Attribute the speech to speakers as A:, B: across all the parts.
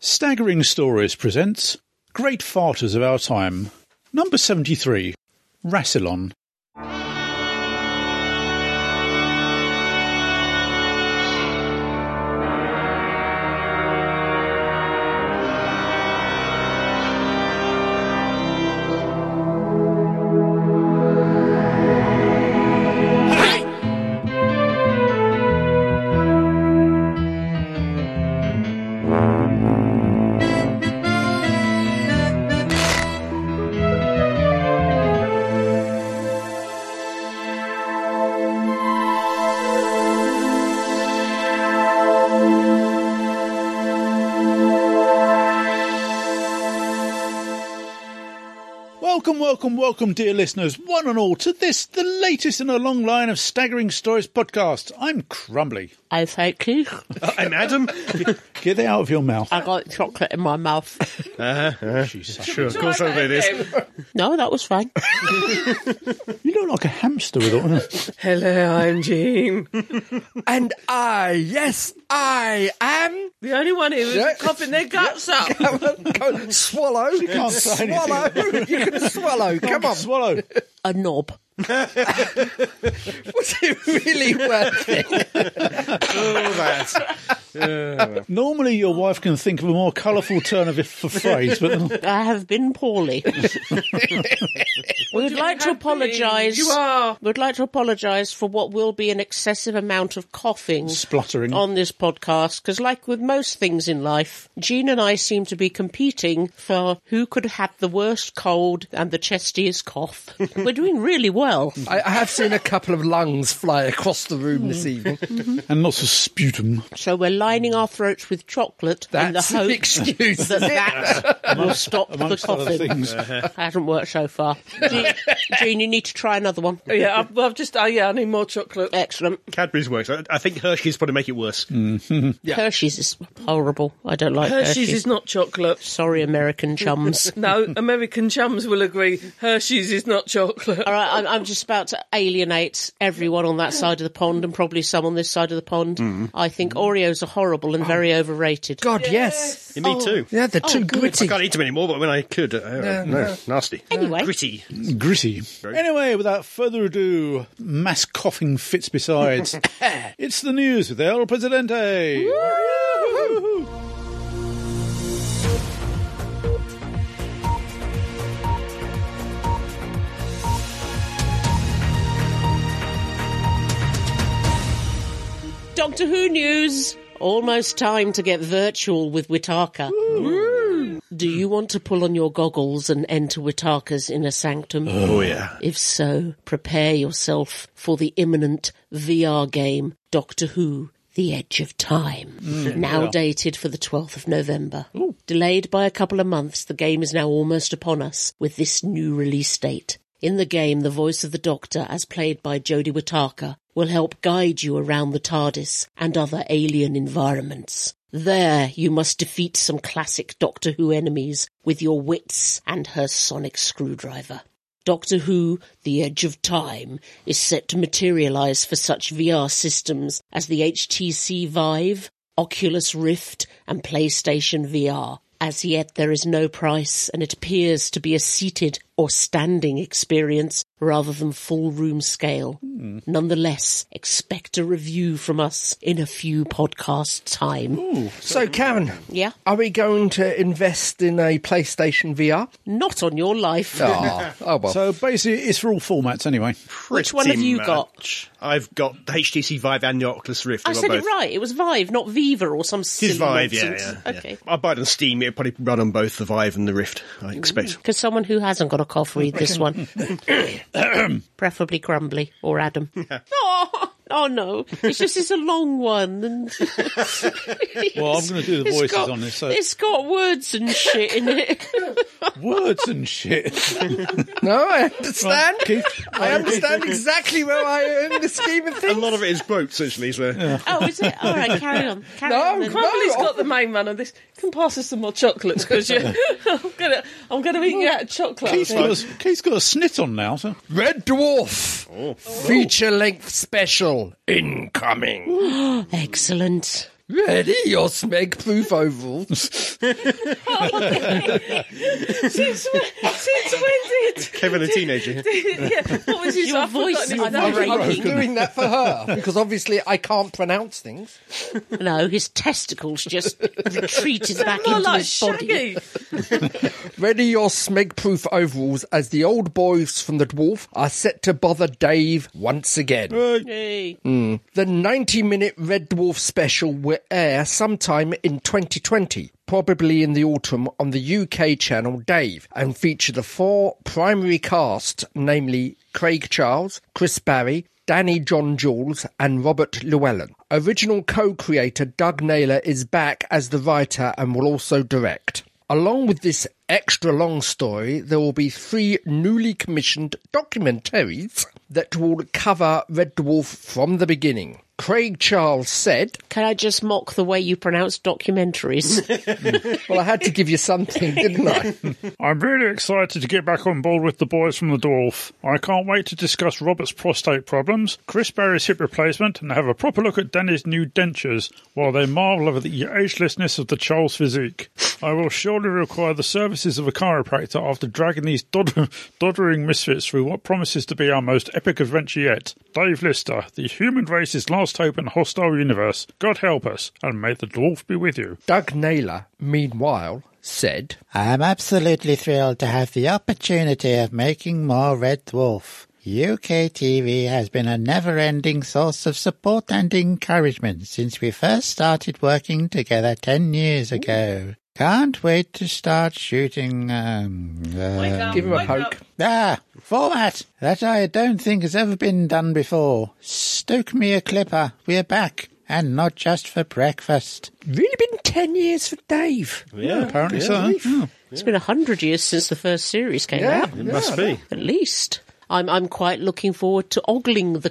A: Staggering Stories presents Great Farters of Our Time, number 73, Rassilon. Welcome, welcome, welcome, dear listeners, one and all, to this, the latest in a long line of Staggering Stories podcast. I'm Crumbly.
B: I thank you.
C: I'm Adam.
A: Get it out of your mouth.
B: I got chocolate in my mouth.
A: Jesus.
C: Uh-huh, sure, of course I'll do this.
B: No, that was fine.
A: You look like a hamster with all
D: Hello, I'm Jean. and I, yes, I am.
B: The only one who was coughing their guts up.
D: Go, swallow.
A: can't say
D: swallow. you can swallow. Come on.
A: swallow.
B: A knob.
D: Was it really worth it?
C: All that.
A: Normally, your wife can think of a more colourful turn of it for phrase, but
B: I have been poorly. We'd like to apologise.
D: You are.
B: We'd like to apologise for what will be an excessive amount of coughing.
A: spluttering.
B: on this podcast because, like with most things in life, Jean and I seem to be competing for who could have the worst cold and the chestiest cough. We're doing really well.
D: I, I have seen a couple of lungs fly across the room
B: Hmm.
D: this evening.
C: Mm-hmm.
A: and lots of sputum.
B: So we're lining our throats with chocolate in the
D: That's an
B: hope
D: excuse.
B: that that will stop the
A: Amongst other
B: coughing.
A: things.
B: Hasn't worked so far. Jean, Jean, you need to try another one.
E: yeah, I've, I've just, oh, yeah, I need more chocolate.
B: Excellent.
C: Cadbury's works. I, I think Hershey's probably make it worse. Mm-hmm.
B: Hershey's is horrible. I don't like Hershey's.
E: Hershey's is not chocolate.
B: Sorry, American chums.
E: No, American chums will agree. Hershey's is not chocolate.
B: All right, I'm, I'm just about to alienate everyone on that side of the pond and probably some on this side of the pond.
C: Mm-hmm.
B: I think Oreos are horrible and very overrated.
D: God, yes. Oh.
C: Yeah, me too.
D: Yeah, they're too
B: Oh. good.
D: gritty.
C: I can't eat them anymore, but when I could, uh, no, nasty.
B: Anyway.
C: Gritty.
A: Gritty. Anyway, without further ado, mass coughing fits besides. it's the news with El Presidente.
B: Oh, Doctor Who news. Almost time to get virtual with Witaka. Do you want to pull on your goggles and enter Witaka's inner sanctum?
C: Oh, yeah.
B: If so, prepare yourself for the imminent VR game Doctor Who The Edge of Time.
C: Mm.
B: now dated for the 12th of November. Delayed by a couple of months, the game is now almost upon us with this new release date. In the game, the voice of the Doctor, as played by Jodie Whittaker, will help guide you around the TARDIS and other alien environments. There, you must defeat some classic Doctor Who enemies with your wits and her sonic screwdriver. Doctor Who The Edge of Time is set to materialize for such VR systems as the HTC Vive, Oculus Rift, and PlayStation VR. As yet, there is no price, and it appears to be a seated or standing experience rather than full room scale. Nonetheless, expect a review from us in a few podcast time.
D: So, Karen,
B: Yeah?
D: are we going to invest in a PlayStation VR?
B: Not on your life.
D: Oh, oh well.
A: So basically, it's for all formats anyway.
B: Which one have
C: Pretty
B: you
C: much.
B: got?
C: I've got the HTC Vive and the Oculus Rift.
B: I
C: I've got
B: said it
C: both.
B: right. It was Vive, not Viva or some
C: It's
B: silly
C: Vive, yeah,
B: nonsense.
C: yeah, yeah.
B: Okay.
C: I'll buy it on Steam. It'll probably run on both the Vive and the Rift, I expect.
B: Because Mm. someone who hasn't got a cough read this one. Preferably Crumbly or Adam. Oh, oh no. It's just it's a long one. And
A: Well, I'm going to do the
B: It's
A: voices
B: got-
A: on this. So
B: It's got words and shit in it.
A: words and shit.
D: no, I understand.
A: Keith,
D: I understand exactly where I am in the scheme of
C: A
D: things.
C: lot of it is quotes, essentially, so
B: oh, is it? All right, carry on. Carry
D: No,
B: on. then.
D: crumb-
E: Crumbly's got the main man on this. Can pass us some more chocolates, because you I'm gonna, I'm gonna eat you out of chocolate. I
A: Keith's
E: think.
A: got, a, Keith's got a snit on now. So.
D: Red Dwarf feature length special incoming.
B: Excellent.
D: Ready your smeg proof overalls.
E: Since when, since when did
C: Kevin, a teenager.
E: yeah, what was his
B: Your
E: I've
B: voice
E: forgotten
B: is
E: his name.
B: unbroken.
D: I'm doing that for her because obviously I can't pronounce things.
B: No, his testicles just retreated back
E: More
B: into
E: like
B: his body.
E: Shaggy.
D: Ready your smeg proof overalls as the old boys from the dwarf are set to bother Dave once again.
E: Hey.
D: The 90 minute Red Dwarf special will air sometime in 2020, probably in the autumn, on the UK channel Dave, and feature the four primary cast, namely Craig Charles, Chris Barry, Danny John Jules, and Robert Llewellyn. Original co creator Doug Naylor is back as the writer and will also direct. Along with this extra long story, there will be three newly commissioned documentaries that will cover Red Dwarf from the beginning. Craig Charles said,
B: Can I just mock the way you pronounce documentaries?
D: Well, I had to give you something, didn't I?
A: I'm really excited to get back on board with the boys from the Dwarf. I can't wait to discuss Robert's prostate problems, Chris Barry's hip replacement, and have a proper look at Danny's new dentures while they marvel over the agelessness of the Charles physique. I will surely require the services of a chiropractor after dragging these dodder- doddering misfits through what promises to be our most epic adventure yet. Dave Lister, the human race's last hope in a hostile universe. God help us, and may the Dwarf be with you.
D: Doug Naylor, meanwhile, said,
F: I'm absolutely thrilled to have the opportunity of making more Red Dwarf. UK TV has been a never ending source of support and encouragement since we first started working together 10 years ago. Can't wait to start shooting. Um,
E: Wake
F: uh,
E: up,
D: Give him a
E: wake
D: poke.
E: up.
F: ah, format that I don't think has ever been done before. Stoke me a clipper. We're back. And not just for breakfast.
D: Really been 10 years for Dave.
C: Yeah,
A: Apparently so.
B: it's been a hundred years since the first series came out,
C: It must be.
B: at least. I'm I'm quite looking forward to ogling the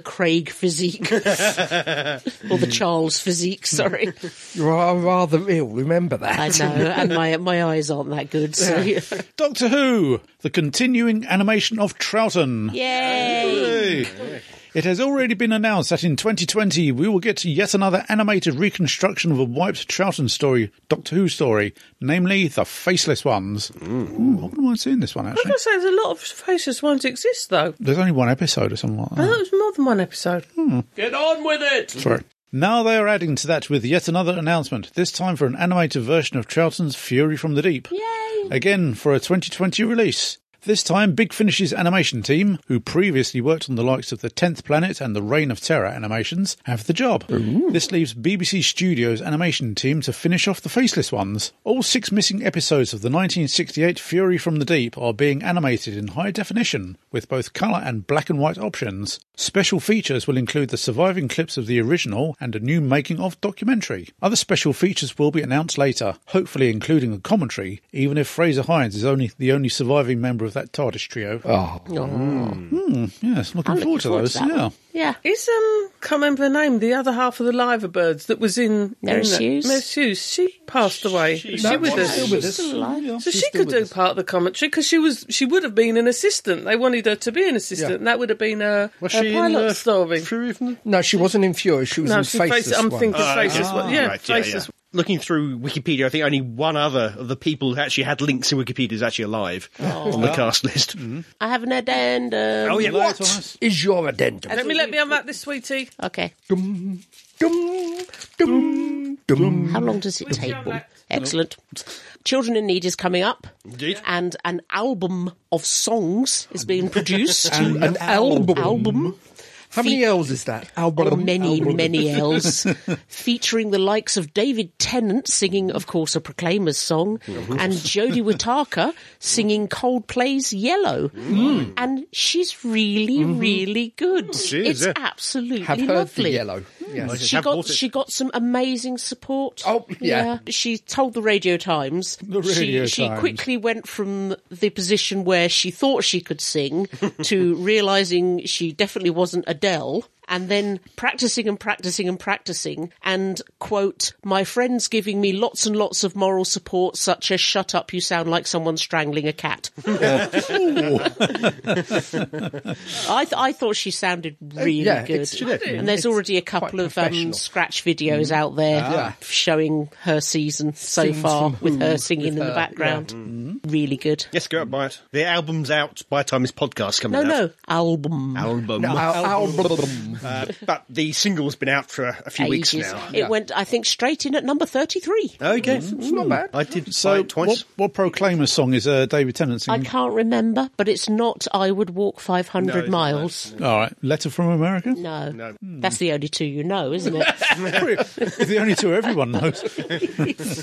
B: Craig physique or the Charles physique. Sorry,
D: You are rather ill, remember
B: I
D: that.
B: know, and my my eyes aren't that good. So
A: Doctor Who, the continuing animation of Troughton.
B: yay!
A: It has already been announced that in 2020 we will get yet another animated reconstruction of a wiped Troughton story, Doctor Who story, namely The Faceless Ones. Ooh, I wouldn't mind seeing this one
E: I
A: actually.
E: gotta say, there's a lot of faceless ones exist though.
A: There's only one episode or something like
E: I
A: that.
E: thought it was more than one episode.
G: Get on with it!
A: Sorry. Now they are adding to that with yet another announcement, this time for an animated version of Troughton's Fury from the Deep. Yay! Again for a 2020 release. This time, Big Finish's animation team, who previously worked on the likes of The Tenth Planet and The Reign of Terror animations, have the job. This leaves BBC Studios' animation team to finish off the faceless ones. All six missing episodes of the 1968 Fury from the Deep are being animated in high definition, with both colour and black and white options. Special features will include the surviving clips of the original and a new making of documentary. Other special features will be announced later, hopefully including a commentary, even if Fraser Hines is only the only surviving member of that TARDIS trio.
C: Oh.
A: Hmm. yes, looking
B: Oh. I'm
A: forward to
B: looking
A: those.
B: forward to that
A: yeah.
B: one. Yeah.
E: Is um can't remember her name, the other half of the Liver Birds that was in
B: Nurse
E: in the-
B: Hughes?
E: Nurse Hughes, she passed away. Is she with us?
D: still with us.
E: So she could do part of the commentary because she was she would have been an assistant. They wanted her to be an assistant.
D: Yeah.
E: and That would have been a,
C: Was
E: a
C: she in
E: pilot
C: uh,
E: story.
C: Fury from the-
D: No, she wasn't in Fury, she was
E: no,
D: in
E: she
D: Faceless Ah,
E: faces. I'm
D: One.
E: thinking
C: Oh,
E: faces.
C: okay.
E: one. Yeah,
C: Right, yeah,
E: faces.
C: yeah. Looking through Wikipedia, I think only one other of the people who actually had links to Wikipedia is actually alive
E: Oh.
C: on the cast list.
E: Mm-hmm.
B: I have an addendum.
C: Oh, yeah.
A: Light
C: What?
A: on us.
D: Is your addendum?
E: Let me let me unwrap this, sweetie.
B: Okay.
D: Dum, dum, dum, dum.
B: How long does it take?
E: come
B: Bob?
E: back.
B: Excellent. Children in Need is coming up.
C: Indeed.
B: And an album of songs is being produced.
D: An album.
B: album.
D: How many L's is that?
B: Or
D: Album.
B: many, many L's, featuring the likes of David Tennant singing, of course, a Proclaimers song, and Jodie Whittaker singing Coldplay's Yellow. And she's really, really good.
C: She is,
B: it's
C: yeah.
B: absolutely
D: Have heard the
B: lovely.
D: yellow. Yes.
C: I just
B: She
C: have
B: got
C: bought it.
B: she got some amazing support.
D: Oh, yeah.
B: She told the Radio Times.
A: The
B: she,
A: Radio
B: she
A: Times.
B: quickly went from the position where she thought she could sing to realizing she definitely wasn't Adele and then practicing and practicing and practicing and quote, my friends giving me lots and lots of moral support, such as shut up, you sound like someone strangling a cat. I, th- I thought she sounded really
D: Uh, yeah,
B: good.
D: it's- she did.
B: And there's
D: It's
B: already a couple
D: quite
B: of um,
D: professional. Mm. Ah.
B: scratch videos out there
D: Yeah.
B: showing her season so
D: Scenes
B: far
D: from
B: with her
D: Who, with
B: singing in the
D: her,
B: background. Really good.
C: Mm-hmm. Yes, go out and buy it. The album's out by the time this podcast's coming
B: No,
C: out.
B: no, album.
C: Album.
D: Ow, ow,
C: Uh, but the single's been out for a, a few weeks
B: Ages.
C: now.
B: It went, I think, straight in at number 33.
C: Okay.
D: it's not bad.
C: I did buy
A: Hmm. So,
C: it twice.
A: what, what Proclaimer song is uh, David Tennant
B: I
A: singing?
B: can't remember, but it's not I Would Walk 500
C: No,
B: Miles.
A: All right, Letter from America.
B: No. That's the only two you know, isn't it?
A: the only two everyone knows.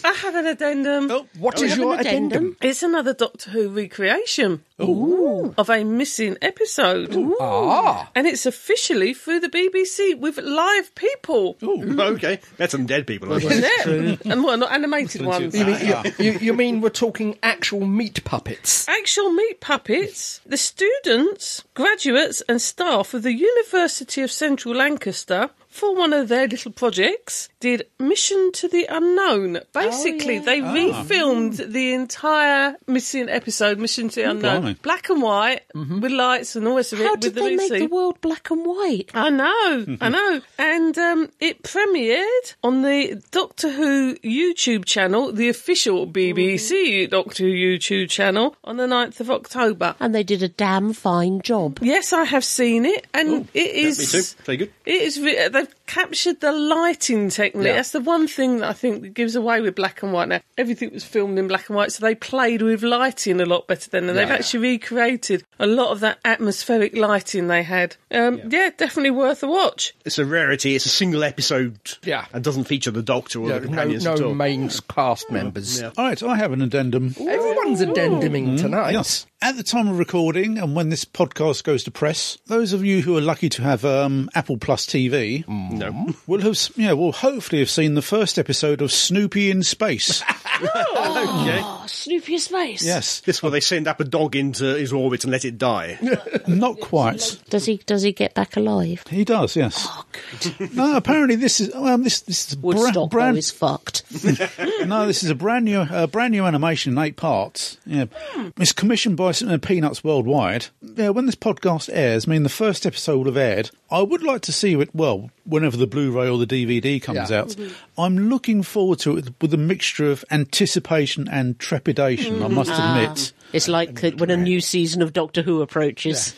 E: I have an addendum.
D: Oh, What is
B: Oh, have
D: your
B: an addendum.
D: addendum?
E: It's another Doctor Who recreation of a missing episode.
D: Ah,
E: And it's officially through the BBC with live people.
C: okay. That's some dead people, I suppose.
E: Isn't it? and well, not animated ones.
D: you mean,
B: Ah.
D: you, you, you mean we're talking actual meat puppets?
E: Actual meat puppets, the students, graduates, and staff of the University of Central Lancaster, for one of their little projects, did Mission to the
B: Oh,
E: Unknown. Basically, they
B: Ah.
E: refilmed the entire missing episode, Mission to the Unknown,
A: blimey.
E: black and white, with lights and all the rest of
B: Oh, Mm-hmm. How
E: it,
B: did
E: with
B: they
E: the
B: make
E: VC.
B: the world black and white?
E: I know, I know. And um, it premiered on the Doctor Who YouTube channel, the official BBC Doctor Who YouTube channel, on the 9th of October.
B: And they did a damn fine job.
E: Yes, I have seen it, and it is.
C: Me too. Very good.
E: It is. re- uh, They've captured the lighting technique. That's the one thing that I think that gives away with black and white. Now everything was filmed in black and white, so they played with lighting a lot better then, and they've actually recreated a lot of that atmospheric lighting they had. Um, yeah, definitely worth a watch.
C: It's a rarity. It's a single episode.
D: Yeah.
C: And doesn't feature the Doctor or
D: No, no,
C: the companions at
D: no
C: all.
D: main cast members.
A: All right, I have an addendum. Mm-hmm.
D: Everyone's addenduming tonight.
A: Yes. At the time of recording and when this podcast goes to press, those of you who are lucky to have um, Apple Plus TV
D: Mm.
C: No.
A: will have, s- yeah, will hopefully have seen the first episode of Snoopy in Space.
B: Oh, Snoopy is nice.
A: yes,
C: This where they send up a dog into his orbit and let it die.
A: not quite.
B: Does he does he get back alive?
A: He does, yes.
B: Oh, good.
A: No, apparently this is um, this this is bra-
B: Woodstock though
A: brand
B: is fucked.
A: no, this is a brand new uh, brand new animation in eight parts. Yeah,
B: Hmm.
A: it's commissioned by uh, Peanuts Worldwide. Yeah, when this podcast airs, I mean the first episode will have aired. I would like to see it. Well, whenever the Blu-ray or the DVD comes
D: Yeah.
A: out,
B: Mm-hmm.
A: I'm looking forward to it with a mixture of anticipation and trepidation. I must
B: Mm.
A: admit.
B: Hmm. Ah. It's like that when a new season of Doctor Who approaches.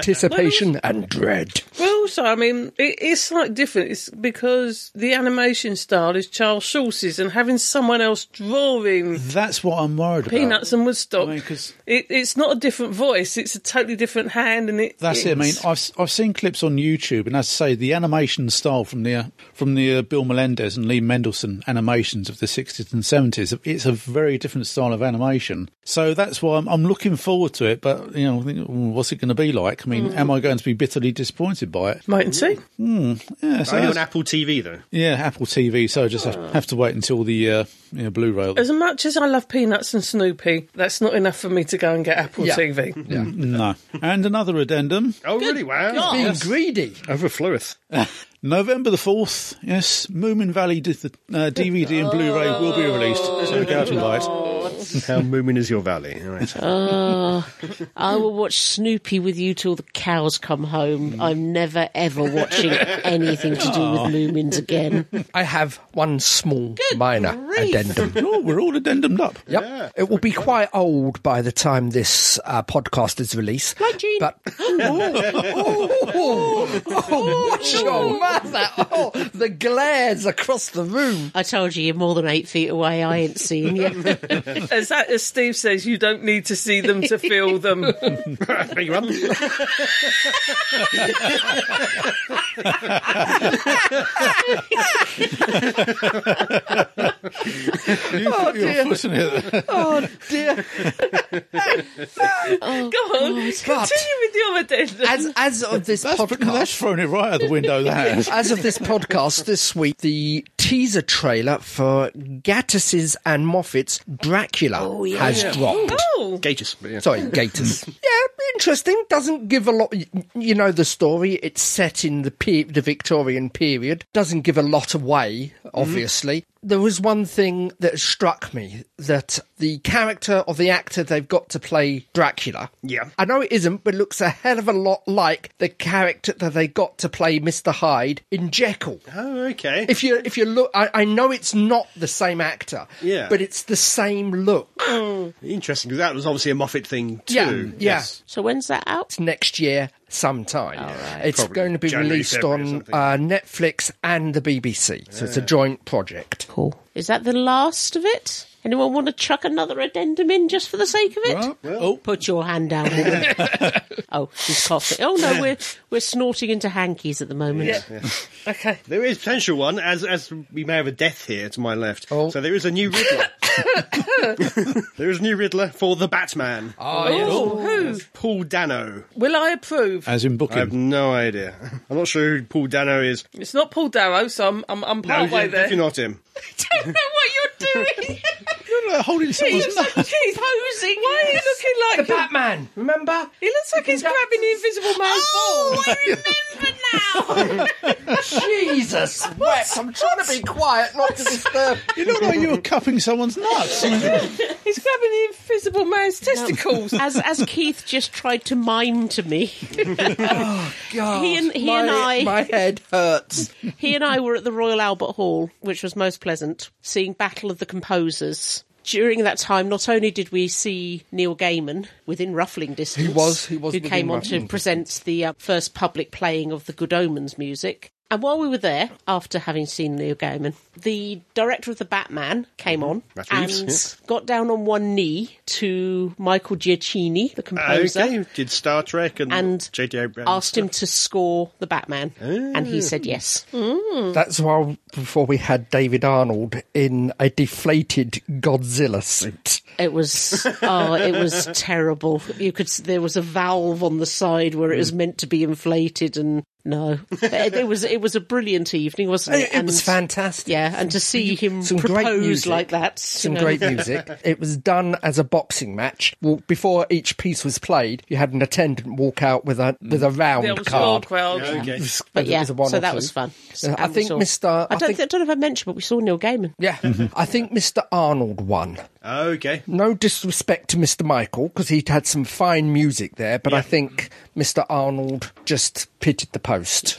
D: Anticipation and dread.
E: Well, also, I mean, it is slightly different. It's because the animation style is Charles Schulz's, and having someone else drawing
A: That's what I'm worried about.
E: Peanuts and Woodstock,
A: I mean, 'cause-
E: it, it's not a different voice. It's a totally different hand, and it.
A: That's it. I mean,
E: it's-
A: I've s- I've seen clips on YouTube, and as I say, the animation style from the uh, from the uh, Bill Melendez and Lee Mendelson animations of the sixties and seventies, it's a very different style of animation. So that's why I'm, I'm looking forward to it. But you know, I think, "Ooh, what's it going to be like? I mean, am I going to be bitterly disappointed by it?
E: Wait Mm. and see.
A: Yeah, so
C: Only on
A: that's-
C: Apple TV, though.
A: yeah, Apple TV. So I just
E: Ah.
A: have, have to wait until the uh, you know, Blu-ray.
E: As much as I love Peanuts and Snoopy, that's not enough for me to go and get Apple
D: Yeah.
E: TV.
A: No, and another addendum.
C: Oh, really? Wow.
D: Being greedy.
C: Overfloweth.
A: November the 4th, yes, Moomin Valley did the, uh, DVD and Blu ray will be released, so go out and buy it.
C: How moomin is your valley? All right.
B: Oh, I will watch Snoopy with you till the cows come home. I'm never ever watching anything to do with Lumins again.
D: I have one small minor addendum.
A: Oh, we're all addendumed up.
D: Yep. it will be quite old by the time this uh, podcast is released.
B: Like Jean.
D: But Ooh, ooh, ooh, oh, watch your mouth! out. Oh, the glares across the room.
B: I told you, you're more than eight feet away. I ain't seen you.
E: As that, as Steve says, you don't need to see them to feel them.
C: Big one.
A: You
H: Oh,
A: put your foot in it.
D: Oh dear!
E: go on, continue with your addendum.
D: Oh, As as of this
A: That's,
D: podcast,
A: that's thrown it right out the window, that has.
D: as of this podcast this week, the teaser trailer for Gattis's and Moffat's Dra- Dracula has dropped.
E: Oh,
C: Gatus. but yeah.
D: Sorry, Gators. yeah, interesting. Doesn't give a lot. You know the story. It's set in the pe- the Victorian period. Doesn't give a lot away.
C: Mm-hmm.
D: Obviously, there was one thing that struck me that the character or the actor they've got to play Dracula.
C: Yeah.
D: I know it isn't, but looks a hell of a lot like the character that they got to play Mister Hyde in Jekyll.
C: Oh, okay.
D: If you if you look, I, I know it's not the same actor.
C: Yeah. Oh.
D: but it's the same look.
C: Interesting, because that was obviously a Moffat thing too.
D: Yeah, yeah.
C: Yes.
B: So when's that out? Oh.
D: next year sometime. It's
C: Probably
D: going to be
C: January,
D: released
C: February or
D: on
C: something.
D: uh, Netflix and the BBC. So it's a joint project.
B: Cool. Is that the last of it? Anyone want to chuck another addendum in just for the sake of it?
A: oh,
B: Put your hand down, woman. oh, she's coughing. Oh no, we're we're snorting into hankies at the moment.
E: okay.
C: There is potential one, as as we may have a death here to my left.
D: Oh.
C: So there is a new Riddler. there is a new Riddler for the Batman.
D: Ah,
E: Oh, who?
C: Paul Dano.
E: Will I approve?
A: as
C: I
A: in
C: have
A: booking.
C: no idea. I'm not sure who Paul Dano is.
E: It's not Paul Darrow, so I'm I'm, I'm
C: No,
E: partway there.
C: definitely not him.
E: I don't know what you're doing.
A: uh, holding
E: he
A: someone's
E: looks like
A: nut.
E: he's posing. Why are you looking like him?
D: Batman, remember?
E: He looks like he's grabbing the invisible man's ball.
D: Jesus, wept. I'm trying to be quiet, not to disturb.
A: You look like you were cupping someone's nuts.
E: He's grabbing the invisible man's testicles.
B: As as Keith just tried to mime to me,
D: God,
B: He and- he
D: my,
B: and I-
D: Oh, My head hurts.
B: he and I were at the Royal Albert Hall, which was most pleasant, seeing Battle of the Composers. During that time, not only did we see Neil Gaiman within ruffling distance,
D: was- he was
B: who
D: within
B: came on to
D: ruffling
B: present the uh, first public playing of the Good Omens music. And while we were there, after having seen Neil Gaiman, the director of the Batman came on
C: Mm-hmm. Matt
B: and
C: Reeves,
B: got down on one knee to Michael Giacchini, the composer,
C: Okay, did Star Trek and,
B: And
C: J.J. Abrams.
B: asked him to score the Batman, and he
C: Ah.
B: said yes.
D: That's why before we had David Arnold in a deflated Godzilla suit.
B: It was oh, it was terrible. You could s- there was a valve on the side where it was
C: Mm.
B: meant to be inflated, and no, it, it was it was a brilliant evening, wasn't it?
D: It, it was
B: And-
D: fantastic.
B: Yeah, and to see him
D: Some great
B: propose
D: music.
B: like that, you
D: some
B: know.
D: great music. It was done as a boxing match. Well, before each piece was played, you had an attendant walk out with a with a round
E: The old school
D: card.
E: crowd.
C: Okay.
B: But
D: It
B: yeah,
D: was a one
B: so
D: or
B: that
D: two.
B: was fun.
D: Uh, I
B: And we
D: think
B: saw-
D: Mr.
B: I
D: I
B: don't,
D: think-
B: I don't know if I mentioned, but we saw Neil Gaiman.
D: Yeah, I think Mr. Arnold won.
C: Okay.
D: No disrespect to Mr. Michael because he'd had some fine music there, but I think Mr. Arnold just pitted the post.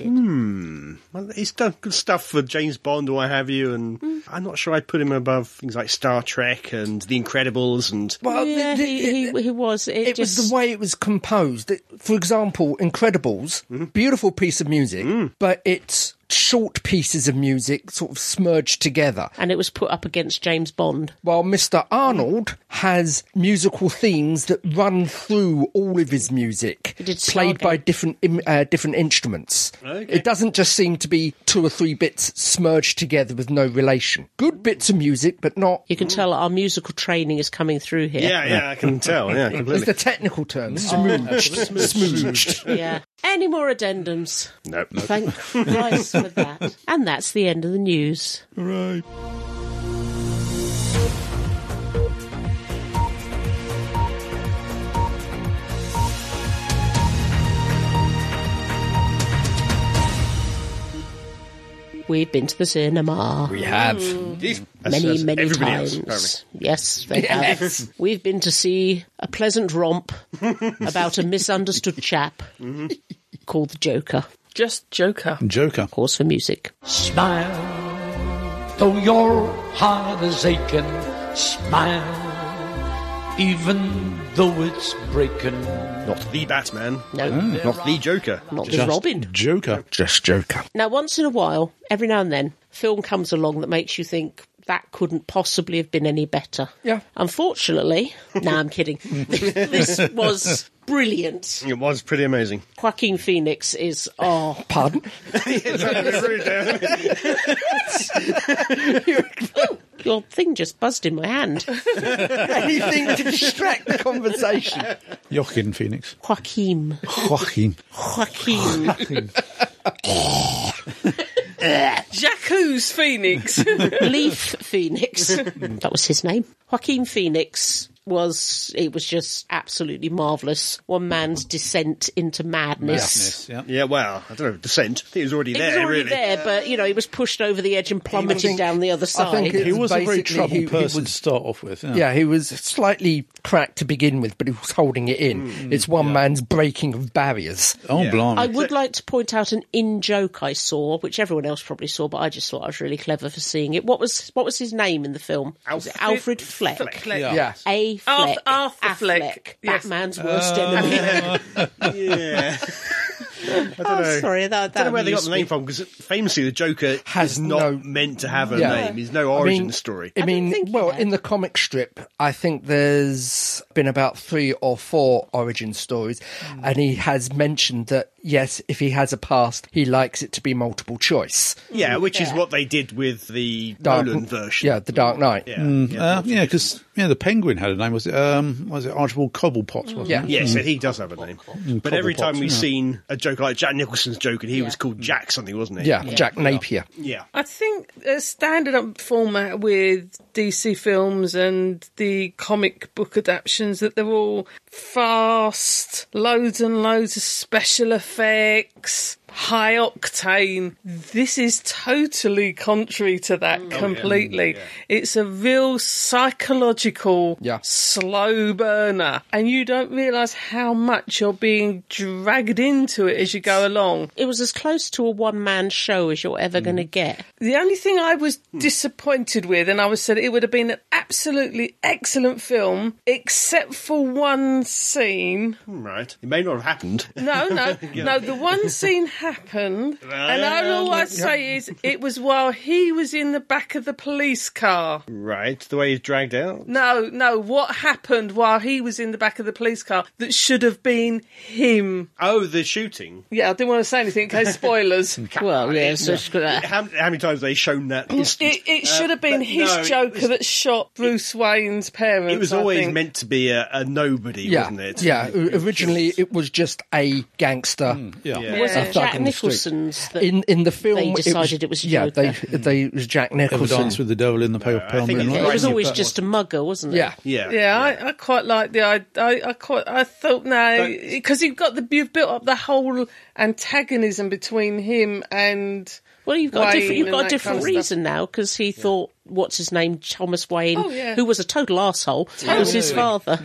C: Well, he's done good stuff for James Bond or what have you, and
B: Mm.
C: I'm not sure I'd put him above things like Star Trek and The Incredibles and.
D: Well, the-
B: Yeah,
D: the-
B: he, he, he was. It,
D: it
B: just,
D: was the way it was composed. It- For example, Incredibles,
B: Mm-hmm.
D: beautiful piece of music,
B: Mm.
D: but it's short pieces of music sort of smerged together.
B: and it was put up against James Bond.
D: While Mr. Arnold has musical themes that run through all of his music,
B: did
D: played by
B: Stargate.
D: different im- uh, different instruments. It doesn't just seem to be two or three bits smerged together with no relation. Good bits of music, but not.
B: You can tell our musical training is coming through here.
C: Yeah, yeah, I can tell. Yeah,
D: It's the
C: completely.
D: technical term. Smooched. Smooched.
B: yeah. Any more addendums?
C: Nope.
B: Thank Christ for that. And that's the end of the news.
A: Right.
B: We've been to the
I: Mm.
B: cinema
D: We have.
C: As-
B: many,
C: as
B: many
C: everybody else,
B: times.
C: apparently.
B: yes, they have. We've been to see a pleasant romp about a misunderstood chap
D: Mm-hmm.
B: called the Joker.
E: Just Joker.
A: Joker.
B: Pause for music.
I: Smile, though your heart is aching. Smile, even though it's breaking.
C: Not the Batman, Mm,
B: No,
C: not the Joker.
B: not the Robin.
A: Joker.
D: Just Joker.
B: Now, once in a while, every now and then, a film comes along that makes you think that couldn't possibly have been any better.
D: Yeah.
B: Unfortunately, no, I'm kidding. this was brilliant.
C: It was pretty amazing.
B: Joaquin Phoenix is oh
D: Pardon?
B: your thing just buzzed in my hand.
D: Anything to distract the conversation.
A: Joaquin Phoenix.
B: Joaquin.
A: Joaquin.
B: Joaquin.
E: Jacques Phoenix.
B: Leaf Phoenix. that was his name. Joaquin Phoenix was it was just absolutely marvelous. One man's descent into madness.
A: Madness, yeah.
C: Yeah, well, I don't know, Descent. I think it was already
B: It
C: there,
B: was already
C: really.
B: there, but you know, he was pushed over the edge and plummeted
D: think-
B: down the other
D: I think
B: side.
D: it-
A: He was a very
D: Basically,
A: troubled
D: he- he
A: person
D: was-
A: to start off with. Yeah.
D: Yeah, he was slightly cracked to begin with, but he was holding it in.
C: Mm,
D: it's one man's breaking of barriers.
A: Oh, blimey.
B: I would like to point out an in joke I saw, which everyone else probably saw, but I just thought I was really clever for seeing it. What was what was his name in the film? Was it Alfred Fleck.
A: Yeah.
D: Yeah.
B: A Fleck.
E: Arth- Arthur
B: A
E: Fleck, yes. Oh.
B: Batman's worst enemy.
C: Oh. Yeah. I don't
B: Oh,
C: know.
B: sorry, that, that
C: I don't know where they got
B: amused
C: the
B: me.
C: name from because famously the Joker
D: Has
C: is not
D: no-
C: meant to have a
D: Yeah.
C: name. He's no
D: I
C: origin
D: mean-
C: story.
D: I
B: didn't
D: mean,
B: think he
D: well,
B: had.
D: in the comic strip, I think there's been about three or four origin stories,
B: Hmm.
D: and he has mentioned that yes, if he has a past, he likes it to be multiple choice.
C: Yeah, which is what they did with the Nolan version.
D: yeah, the Dark Knight.
C: Yeah.
A: Uh, yeah, because yeah, the penguin had a name. Was it? Um, was it Archibald Cobblepot? Wasn't
D: Yeah.
A: It? Mm.
C: Yes, and Mm. he does have a name.
D: Mm.
C: But every
A: Cobblepot,
C: time we've
A: yeah.
C: seen a Joker like Jack Nicholson's Joker, he was called Jack something, wasn't he?
D: Yeah, Jack Napier.
C: Yeah.
E: I think a standard up format with DC films and the comic book adaptions that they're all fast, loads and loads of special effects, high octane. This is totally contrary to that completely. It's a real psychological
D: Yeah.
E: slow burner and you don't realize how much you're being dragged into it as you go along.
B: It was as close to a one man show as you're ever going to get.
E: The only thing I was
C: Hmm.
E: disappointed with, and I was said it would have been an absolutely excellent film, except for one scene.
C: Hmm, Right. It may not have happened.
E: No, no, no. The one scene happened, and all I say is it was while he was in the back of the police car.
C: Right. The way he's dragged out.
E: No, no. What happened while he was in the back of the police car that should have been him?
C: Oh, the shooting.
E: Yeah, I didn't want to say anything in case spoilers.
B: Well, yeah, so it's gonna-
C: How, how many times have they shown that?
E: It, it should have been
C: Uh, but
E: his
C: no, it
E: Joker
C: was-
E: that shot Bruce Wayne's parents.
C: It was
E: I
C: always
E: think.
C: meant to be a, a nobody,
D: Yeah,
C: wasn't it? Mm,
D: yeah. o- Originally, it was just a gangster.
A: Yeah.
C: Yeah.
B: Was
E: Yeah.
B: it
D: Stuck
B: Jack
D: in the street.
B: Nicholson's that
D: In in the film,
B: They decided it was
D: yeah.
B: Joker.
D: They they it was Jack
A: Ever
D: Nicholson.
A: dance with the devil in the pale, pale
C: think
A: moonlight?
C: it's
B: it
C: Right,
B: was
C: yeah,
B: always
C: but-
B: just a mugger, wasn't it?
D: um, Yeah,
C: Yeah.
E: Yeah, I, I quite like the I I, I quite I thought no because you've got the you've built up the whole antagonism between him and
B: Well, you've got a
E: Wayne
B: different, you've
E: and
B: got a
E: that
B: different
E: kind of stuff.
B: reason now because he thought what's his name Thomas Wayne,
E: Oh, yeah.
B: who was a total asshole, was his father.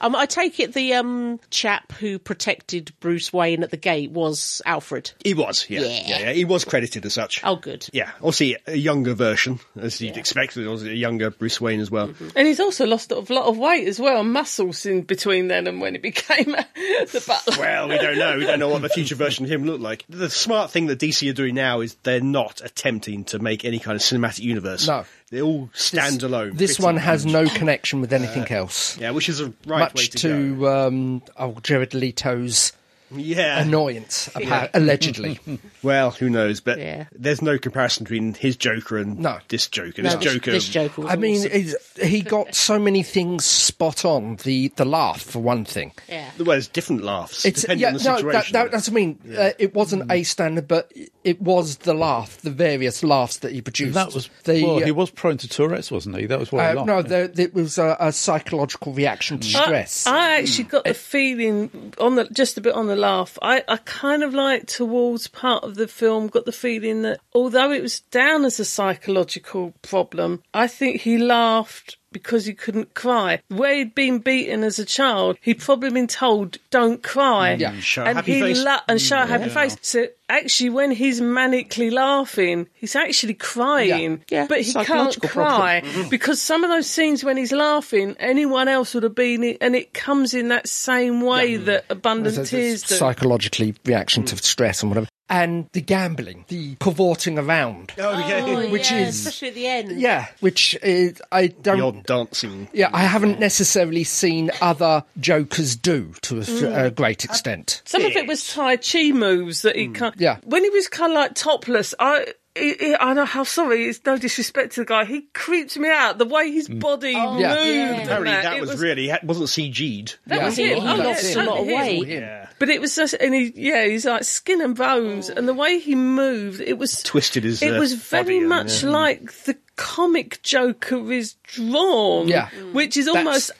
B: Um, I take it the um, chap who protected Bruce Wayne at the gate was Alfred.
C: He was, yeah.
B: Yeah.
C: Yeah. yeah, He was credited as such.
B: Oh, good.
C: Yeah, obviously a younger version, as you'd expect. There was a younger Bruce Wayne as well.
E: and he's also lost a lot of weight as well and muscles in between then and when he became the butler.
C: Well, we don't know. We don't know what the future version of him looked like. The smart thing that DC are doing now is they're not attempting to make any kind of cinematic universe.
D: No.
C: They all stand alone.
D: this
C: pretty
D: one has
C: much.
D: no connection with anything else.
C: Yeah, which is a right way
D: Much
C: to,
D: to um, oh Jared Leto's
C: go. Yeah.
D: annoyance, appa- allegedly.
C: well, who knows? But
B: Yeah.
C: there's no comparison between his Joker and
D: No.
C: this Joker.
B: No,
C: This Joker.
B: This Joker. Was
D: I mean,
B: awesome.
D: it's, he got so many things spot on. The the laugh for one thing.
B: yeah.
C: Well, there's different laughs
D: It's
C: depending
D: yeah,
C: on the
D: no,
C: situation. Mm.
D: that, that, that's what I mean. Uh, it wasn't a standard, but it was the laugh, the various laughs that he produced.
A: That was
D: the
A: well, he was prone to Tourette's, wasn't he? That was why.
D: uh,
A: he laughed.
D: no, the, it was a, a psychological reaction
C: Mm.
B: Mm.
D: to stress.
E: I, I actually got the feeling on the just a bit on the laugh. I, I kind of like towards part of the film got the feeling that although it was down as a psychological problem, I think he laughed because he couldn't cry. Where he'd been beaten as a child, he'd probly been told, "Don't cry."
B: Mm.
D: Yeah.
C: Show a
E: and
C: happy
E: he
C: face. Mm.
E: la- and show a happy face. So actually, when he's manically laughing, he's actually crying.
B: Yeah. Yeah,
E: but he can't
B: psychological problem. Mm.
E: cry because some of those scenes when he's laughing, anyone else would have been, in, and it comes in that same way that abundant
D: It's a
E: tears do.
D: psychologically reaction to stress and whatever. And the gambling, the cavorting around.
C: Oh, yeah.
D: Which
B: yeah,
D: is-
B: especially at the end.
D: Yeah, which is, I
C: The
D: don't
C: odd dancing.
D: Yeah, I haven't necessarily seen other Jokers do to a,
E: Mm.
D: a great extent.
C: Mm.
E: Some of it was Tai Chi moves that he can't.
D: Yeah.
E: When he was kind of like topless, I. he- he- I know how sorry. It's no disrespect to the guy. He creeped me out the way his
D: Mm.
E: body moved.
B: Yeah.
E: and
C: Oh, Apparently, that,
E: It
C: was, really that wasn't CG'd.
E: That was him.
B: he
E: Oh,
B: lost
E: yeah,
B: a lot of
E: certainly him.
B: weight.
C: Yeah,
E: But it was just, and he, yeah, he's like skin and bones, and the way he moved, it was
C: twisted his.
E: It
C: uh,
E: was very
C: body and,
E: much
C: yeah.
E: like the comic Joker is drawn,
D: Yeah.
E: which is almost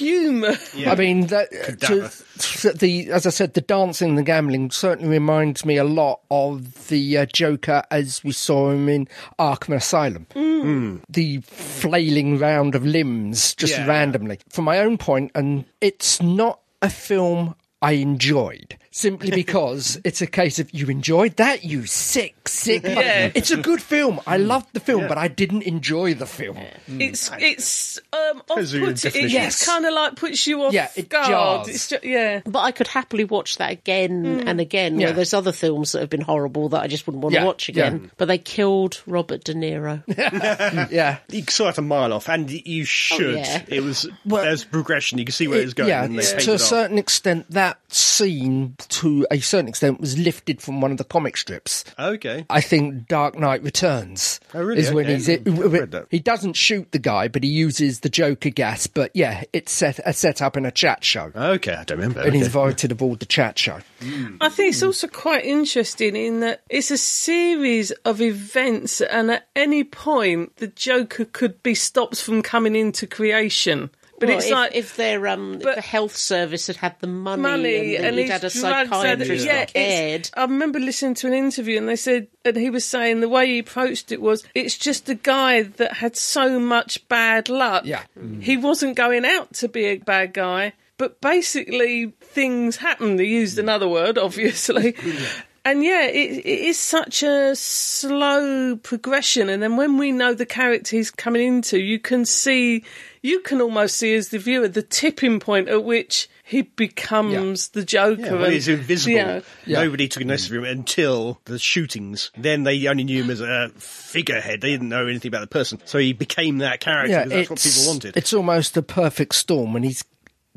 E: unhuman.
C: Yeah.
D: I mean, that, uh,
C: damn
D: to- th- the as I said, the dancing and the gambling certainly reminds me a lot of the uh, Joker as we saw him in Arkham Asylum.
C: Mm.
D: The flailing round of limbs just
C: Yeah.
D: randomly. From my own point, and it's not a film I enjoyed. Simply because it's a case of you enjoyed that, you sick, sick. mother."
E: Yeah.
D: It's a good film. I loved the film, but I didn't enjoy the film. Mm.
E: It's it's um, off
C: Depends on your
E: putting. It,
C: definition.
E: it's kind of like puts you off
D: Yeah, it
E: guard.
D: jars.
E: It's just, yeah. Hmm.
B: But I could happily watch that again Mm. and again.
D: Yeah.
B: Where there's other films that have been horrible that I just wouldn't want
D: Yeah,
B: to watch
D: yeah.
B: again. But they killed Robert De Niro.
D: Yeah.
C: You saw it a mile off, and you should.
B: Oh, yeah.
C: It was
D: Well-
C: there's progression. You can see where it was going.
D: Yeah,
C: and they
D: t-
C: paid
D: to a
C: it off.
D: certain extent, that scene, to a certain extent, was lifted from one of the comic strips.
C: Okay.
D: I think Dark Knight Returns
C: Oh, really?
D: is when
C: Okay.
D: he's
C: Hmm, I've read that.
D: he doesn't shoot the guy, but he uses the Joker gas. But yeah, it's set a set up in a chat show,
C: Okay, I don't remember.
D: and he's
C: Okay.
D: invited aboard the chat show.
E: I think it's also quite interesting in that it's a series of events, and at any point, the Joker could be stopped from coming into creation. But
B: Well,
E: it's
B: if,
E: like
B: if their um, if
E: but-
B: the health service had had the money,
E: money
B: and,
E: and
B: he'd
E: he's
B: had a
E: drugs, had-
B: psychiatrist
E: yeah,
B: that
E: it's-
B: cared.
E: I remember listening to an interview and they said, and he was saying the way he approached it was, it's just a guy that had so much bad luck.
D: Yeah.
E: He wasn't going out to be a bad guy, but basically things happened. He used another word, obviously. And yeah, it, it is such a slow progression. And then when we know the character he's coming into, you can see, you can almost see as the viewer the tipping point at which he becomes the Joker.
C: Yeah, well,
E: and,
C: he's invisible.
E: you know,
C: Nobody took notice of him until the shootings. Then they only knew him as a figurehead. They didn't know anything about the person. So he became that character
D: Yeah,
C: because that's what people wanted.
D: It's almost a perfect storm when he's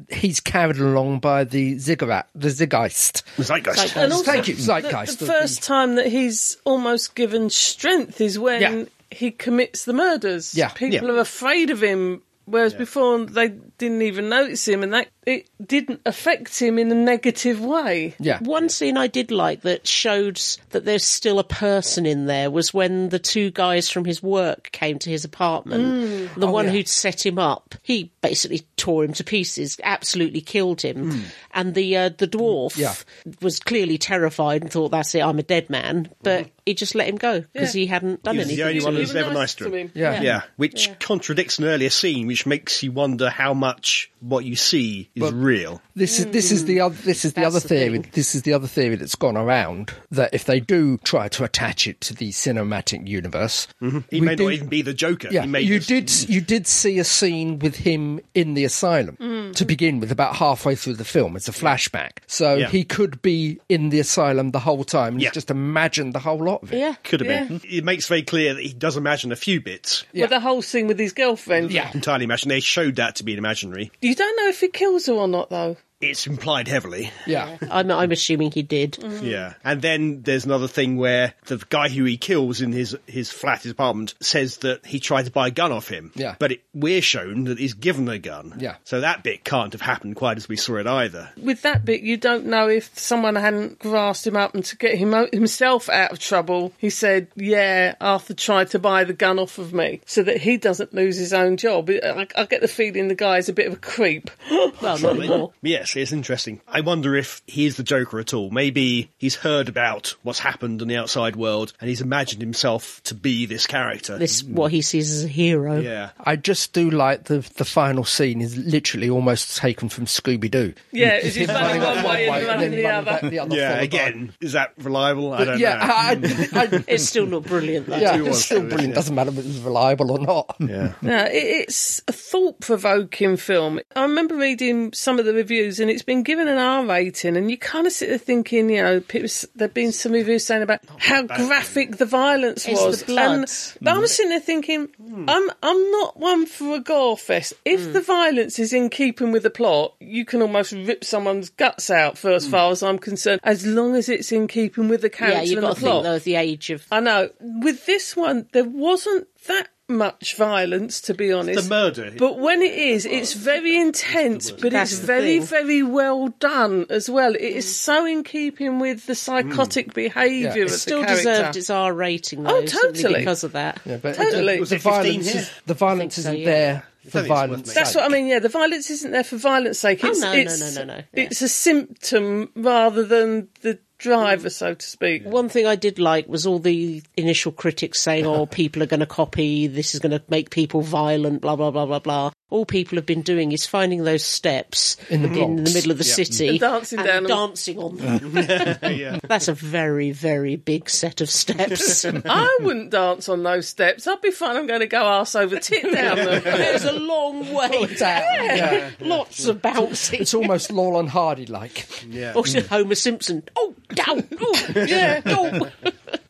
D: he's carried along by the ziggurat, the ziggeist.
C: Zeitgeist.
B: Zeitgeist.
D: Thank you,
E: the,
D: zeitgeist.
E: the first time that he's almost given strength is when
D: Yeah.
E: he commits the murders.
D: Yeah.
E: People
C: Yeah.
E: are afraid of him, whereas before they didn't even notice him, and that it didn't affect him in a negative way.
D: yeah.
B: One scene I did like that showed s- that there's still a person in there was when the two guys from his work came to his apartment.
C: Mm. Oh,
B: The one
D: yeah.
B: who'd set him up, he basically tore him to pieces, absolutely killed him.
C: Mm.
B: And the uh, the dwarf
D: Yeah.
B: was clearly terrified and thought, "That's it, I'm a dead man." But he just let him go because he hadn't done
C: Mm-hmm. He was the
B: anything.
C: only
B: to
C: one
B: him.
C: who's ever nice to him.
D: Yeah.
C: Yeah, which contradicts an earlier scene, which makes you wonder how much what you see is real.
D: This is this is the other this is the
B: Mm. That's
D: other
B: the
D: theory.
B: thing.
D: This is the other theory that's gone around that if they do try to attach it to the cinematic universe,
C: Mm-hmm. He
D: we
C: may
D: do-
C: not even be the Joker.
D: Yeah,
C: he may
D: you
C: just-
D: did you did see a scene with him in the asylum
B: Mm.
D: to begin with, about halfway through the film. It's a flashback, so
C: Yeah.
D: he could be in the asylum the whole time. and
C: Yeah.
D: He's just imagined the whole lot of it.
B: Yeah.
C: Could have been. It makes very clear that he does imagine a few bits.
E: With the whole scene with his girlfriend.
D: Yeah.
C: Entirely imaginary. They showed that to be an imaginary.
E: You don't know if he kills her or not, though.
C: It's implied heavily.
D: yeah.
B: I'm, I'm assuming he did.
C: Yeah, and then there's another thing where the guy who he kills in his his flat, his apartment, says that he tried to buy a gun off him.
D: Yeah.
C: but it, we're shown that he's given a gun.
D: Yeah.
C: so that bit can't have happened quite as we saw it either.
E: With that bit, you don't know if someone hadn't grasped him up and to get him out, himself out of trouble, he said, "Yeah, Arthur tried to buy the gun off of me so that he doesn't lose his own job." I, I get the feeling the guy's a bit of a creep.
B: Well, not anymore.
C: Yes, it's interesting. I wonder if he is the Joker at all. Maybe he's heard about what's happened in the outside world, and he's imagined himself to be this character. Hmm.
B: This what he sees as a hero.
C: Mm. yeah.
D: I just do like the the final scene is literally almost taken from Scooby Doo.
E: yeah, is he running one way and running the other?
C: Yeah, again, is that reliable? I don't
D: yeah,
C: know. Hmm.
D: I, I, I,
B: It's still not brilliant though.
D: yeah,
C: It
D: it's
C: was
D: still
C: Scooby-Doo,
D: brilliant.
C: yeah.
D: Doesn't matter whether it's reliable or not.
E: No, it, it's a thought provoking film. I remember reading some of the reviews reviews and it's been given an R rating, and you kind of sit there thinking, you know, people, there've been some reviews saying about how graphic the violence
B: It's
E: was.
B: the blood.
E: And, but I'm sitting there thinking, I'm I'm not one for a gore fest. If
B: Hmm.
E: the violence is in keeping with the plot, you can almost rip someone's guts out. For as far as I'm concerned, as long as it's in keeping with the character
B: Yeah, you've
E: and the
B: got to think
E: plot.
B: though of the age of.
E: I know. With this one, there wasn't that much violence, to be honest.
C: the murder.
E: But when it is, it's very intense, but
B: That's
E: it's
B: the
E: very,
B: thing.
E: very well done as well. It
C: Mm.
E: is so in keeping with the psychotic behaviour of
B: It
E: the
B: still
E: character.
B: deserved its R rating though,
E: Oh,
B: simply
E: totally.
B: because of that.
D: Yeah, but
E: Totally.
D: the,
E: Was
D: the
C: it 15
D: violence
C: here?
D: is the violence
B: so,
D: isn't
B: yeah.
D: there for
C: think it's worth
D: violence.
C: making.
E: That's
D: sake.
E: what I mean. Yeah, the violence isn't there for violence' sake.
B: Oh,
E: It's,
B: no, no,
E: it's,
B: no, no, no. Yeah.
E: It's a symptom rather than the driver, so to speak.
B: One thing I did like was all the initial critics saying, oh, people are going to copy, this is going to make people violent, blah, blah, blah, blah, blah. All people have been doing is finding those steps
D: In the Bronx.
B: middle of the city
E: And dancing down them.
B: dancing on them. That's a very, very big set of steps.
E: I wouldn't dance on those steps. I'd be fine. I'm going to go arse over tit down them.
B: There's a long way down. Lots of bouncing.
D: It's almost Laurel and Hardy like.
B: Also,
C: Mm.
B: Homer Simpson. Oh, down. Oh, yeah. Oh.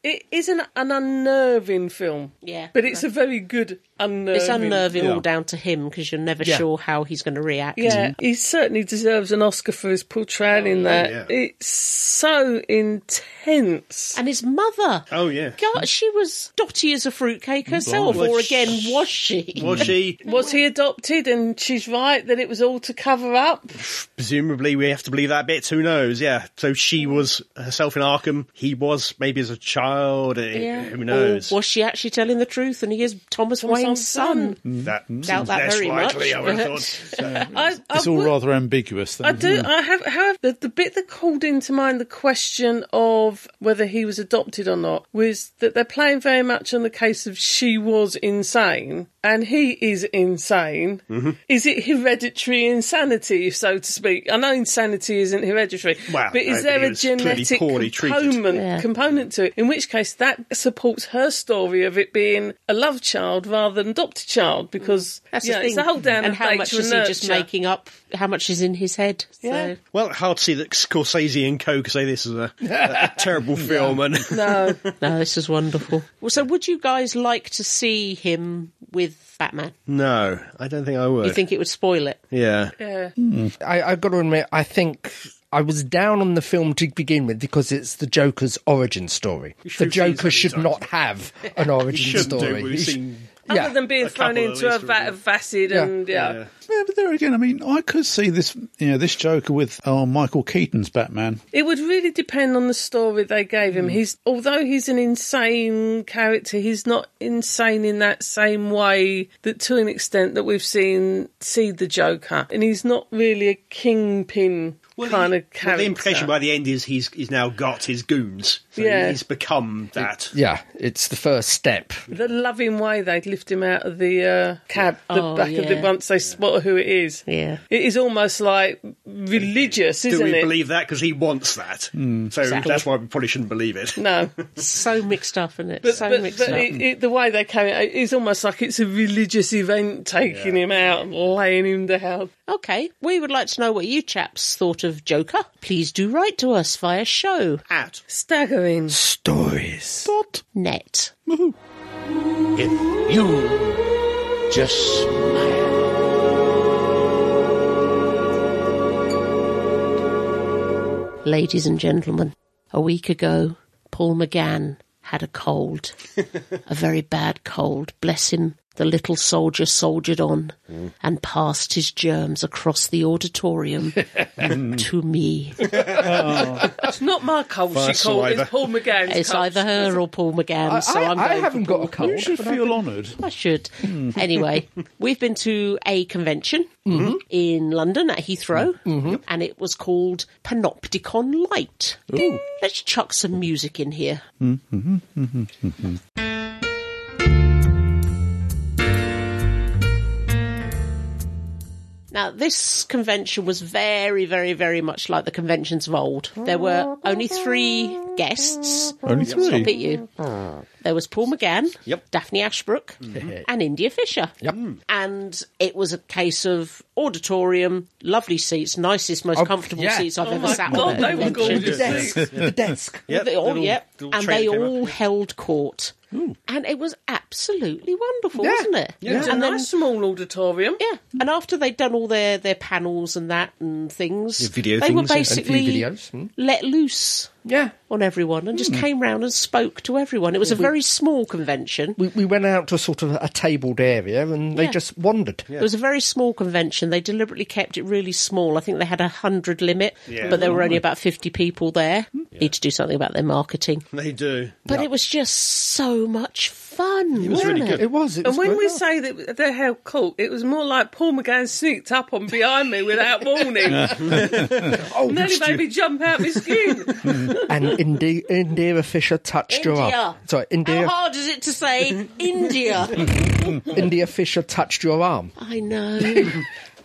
E: It is an, an unnerving film.
B: Yeah.
E: But it's a very good unnerving.
B: It's unnerving all down to him because you're never
D: Yeah.
B: sure how he's going to react.
E: Yeah, he certainly deserves an Oscar for his portrayal
C: Oh,
E: in that. It's so intense.
B: And his mother.
C: Oh, yeah.
B: God, she was dotty as a fruitcake herself,
C: Blimey.
B: or
C: Was
B: again, was she?
C: Was she?
E: Was he adopted? And she's right that it was all to cover up.
C: Presumably, we have to believe that bit. Who knows? Yeah. So she was herself in Arkham. He was maybe as a child. eh, Who knows?
B: Or was she actually telling the truth and he is Thomas, Wayne's son?
A: Mm.
C: That seems
B: Doubt that
C: less
B: very
C: likely,
B: much,
C: I would have
B: but-
C: thought.
E: I, I
A: It's all
E: would-
A: rather ambiguous. Then,
E: I do.
C: Mm-hmm.
E: I have, however, the, the bit that called into mind the question of whether he was adopted or not was that they're playing very much on the case of she was insane and he is insane. Is it hereditary insanity, if so to speak? I know insanity isn't hereditary,
C: Well,
E: but is
C: no, but
E: there
C: he
E: a
C: was clearly
E: genetic
C: poorly treated.
E: component,
B: Yeah.
E: component to it? In which case, that supports her story of it being a love child rather than adopted child because
B: That's
E: you
B: the
E: know,
B: thing.
E: it's the whole down
B: and
E: of
B: how
E: nature
B: much is
E: and
B: he just
E: nurture.
B: making up? How much is in his head? So-
E: Yeah.
C: Well, hard to see that Scorsese and Co. could say this is a, a terrible film. And
E: No.
B: No, this is wonderful. Well, so would you guys like to see him with Batman?
C: no, I don't think I would.
B: You think it would spoil it?
C: yeah.
E: yeah.
D: I, I've got to admit, I think I was down on the film to begin with because it's the Joker's origin story. The
C: should've seen
D: Joker should not have an origin
C: shouldn't do,
D: story.
C: we've
D: He sh-
C: seen-
D: yeah.
E: Other than being
C: a
E: thrown
C: couple at
E: into a
C: least,
E: vat
C: wouldn't
E: of acid and yeah.
A: Yeah, but there again, I mean, I could see this, you know, this Joker with oh, Michael Keaton's Batman.
E: It would really depend on the story they gave
C: Mm.
E: him. He's although he's an insane character, he's not insane in that same way that to an extent that we've seen see the Joker. And he's not really a kingpin kind of character.
C: Well, the implication by the end is he's he's now got his goons. So
E: Yeah.
C: he's become that.
D: yeah, it's the first step.
E: the loving way they'd lift him out of the uh, cab, the
B: Oh,
E: back of the
B: yeah.
E: once they spot who it is.
B: Yeah.
E: It is almost like religious,
C: Do
E: isn't
C: we
E: it?
C: believe that? Because he wants that.
D: Hmm.
C: so that's why we probably shouldn't believe it.
E: no.
B: So mixed up, isn't it? so
E: but,
B: mixed
E: but
B: up.
E: it, it, the way they came out, it's almost like it's a religious event taking him out and laying him down.
B: Okay, we would like to know what you chaps thought of Joker. Please do write to us via show
C: At
E: Staggering.
D: Stories.
B: net.
I: If you just smile.
B: Ladies and gentlemen, a week ago, Paul McGann had a cold, a very bad cold. Bless him, the little soldier soldiered on and passed his germs across the auditorium to me.
E: Oh. That's not my cold, she
C: That's
E: called
C: saliva.
E: It's Paul McGann's
B: It's
E: cold.
B: either her or Paul McGann,
D: I,
B: so I'm
D: I
B: going
D: haven't got a cold.
A: You should feel honoured.
B: I should. Anyway, we've been to a convention in London at Heathrow, and it was called Panopticon Light. Ding. Let's chuck some music in here.
A: Mm-hmm,
B: Now, this convention was very, very, very much like the conventions of old. There were only three guests.
A: Only three.
B: Stop at you. There was Paul McGann,
C: Yep.
B: Daphne Ashbrook, and India Fisher. Yep. And it was a case of auditorium, lovely seats, nicest, most
D: Oh,
B: comfortable
D: yeah.
B: seats I've
E: Oh
B: ever
E: my
B: sat
E: God,
B: on. at a
E: they were
B: convention.
E: gorgeous.
D: desk. the desk.
C: Yep,
B: They all,
C: little-
B: yep.
C: little
B: and
C: train
B: they
C: came up.
B: all held court. And it was absolutely wonderful,
D: Yeah.
B: wasn't it?
E: Yeah, it's a
B: And then,
E: nice small auditorium.
B: yeah. And after they'd done all their, their panels and that and things,
C: video
B: they were
C: things and- and
D: few
B: basically
D: videos, hmm.
B: let loose
D: Yeah.
B: on everyone and just
E: Hmm.
B: came round and spoke to everyone. It was a very small convention.
D: We, we went out to a sort of a tabled area and they
B: Yeah.
D: just wandered.
B: It was a very small convention. They deliberately kept it really small. I think they had a hundred limit, but there were only about fifty people there.
E: Hmm.
B: Need to do something about their marketing.
C: They do.
B: But it was just so much fun. It
C: was really
B: it?
C: good.
D: It was. It was
E: And when
D: good.
E: we say that they're held court, it was more like Paul McGann sneaked up on behind me without warning.
D: oh,
E: Nearly made me jump out my skin.
D: and Indi- Indira Fisher touched her
B: India.
D: arm. Sorry, Indira,
B: How hard is it to say India? Oh.
D: India Fisher touched your arm.
B: I know.
E: yes,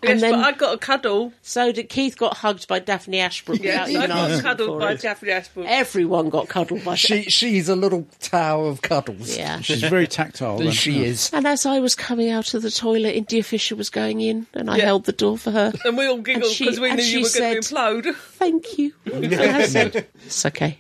B: and then
E: but I got a cuddle.
B: so did Keith got hugged by Daphne Ashbrook.
E: Yes,
B: without
E: I
B: even
E: got
B: asking
E: cuddled
B: for
E: by
B: it.
E: Daphne Ashbrook.
B: Everyone got cuddled by
D: She she's a little tower of cuddles.
B: Yeah.
A: She's very tactile. then.
D: She is.
B: And as I was coming out of the toilet, India Fisher was going in, and I
E: Yeah.
B: held the door for her.
E: And we all giggled
B: And she-
E: because we
B: and
E: knew
B: she
E: you were going to
B: said-
E: implode.
B: Thank you. And I said, It's okay.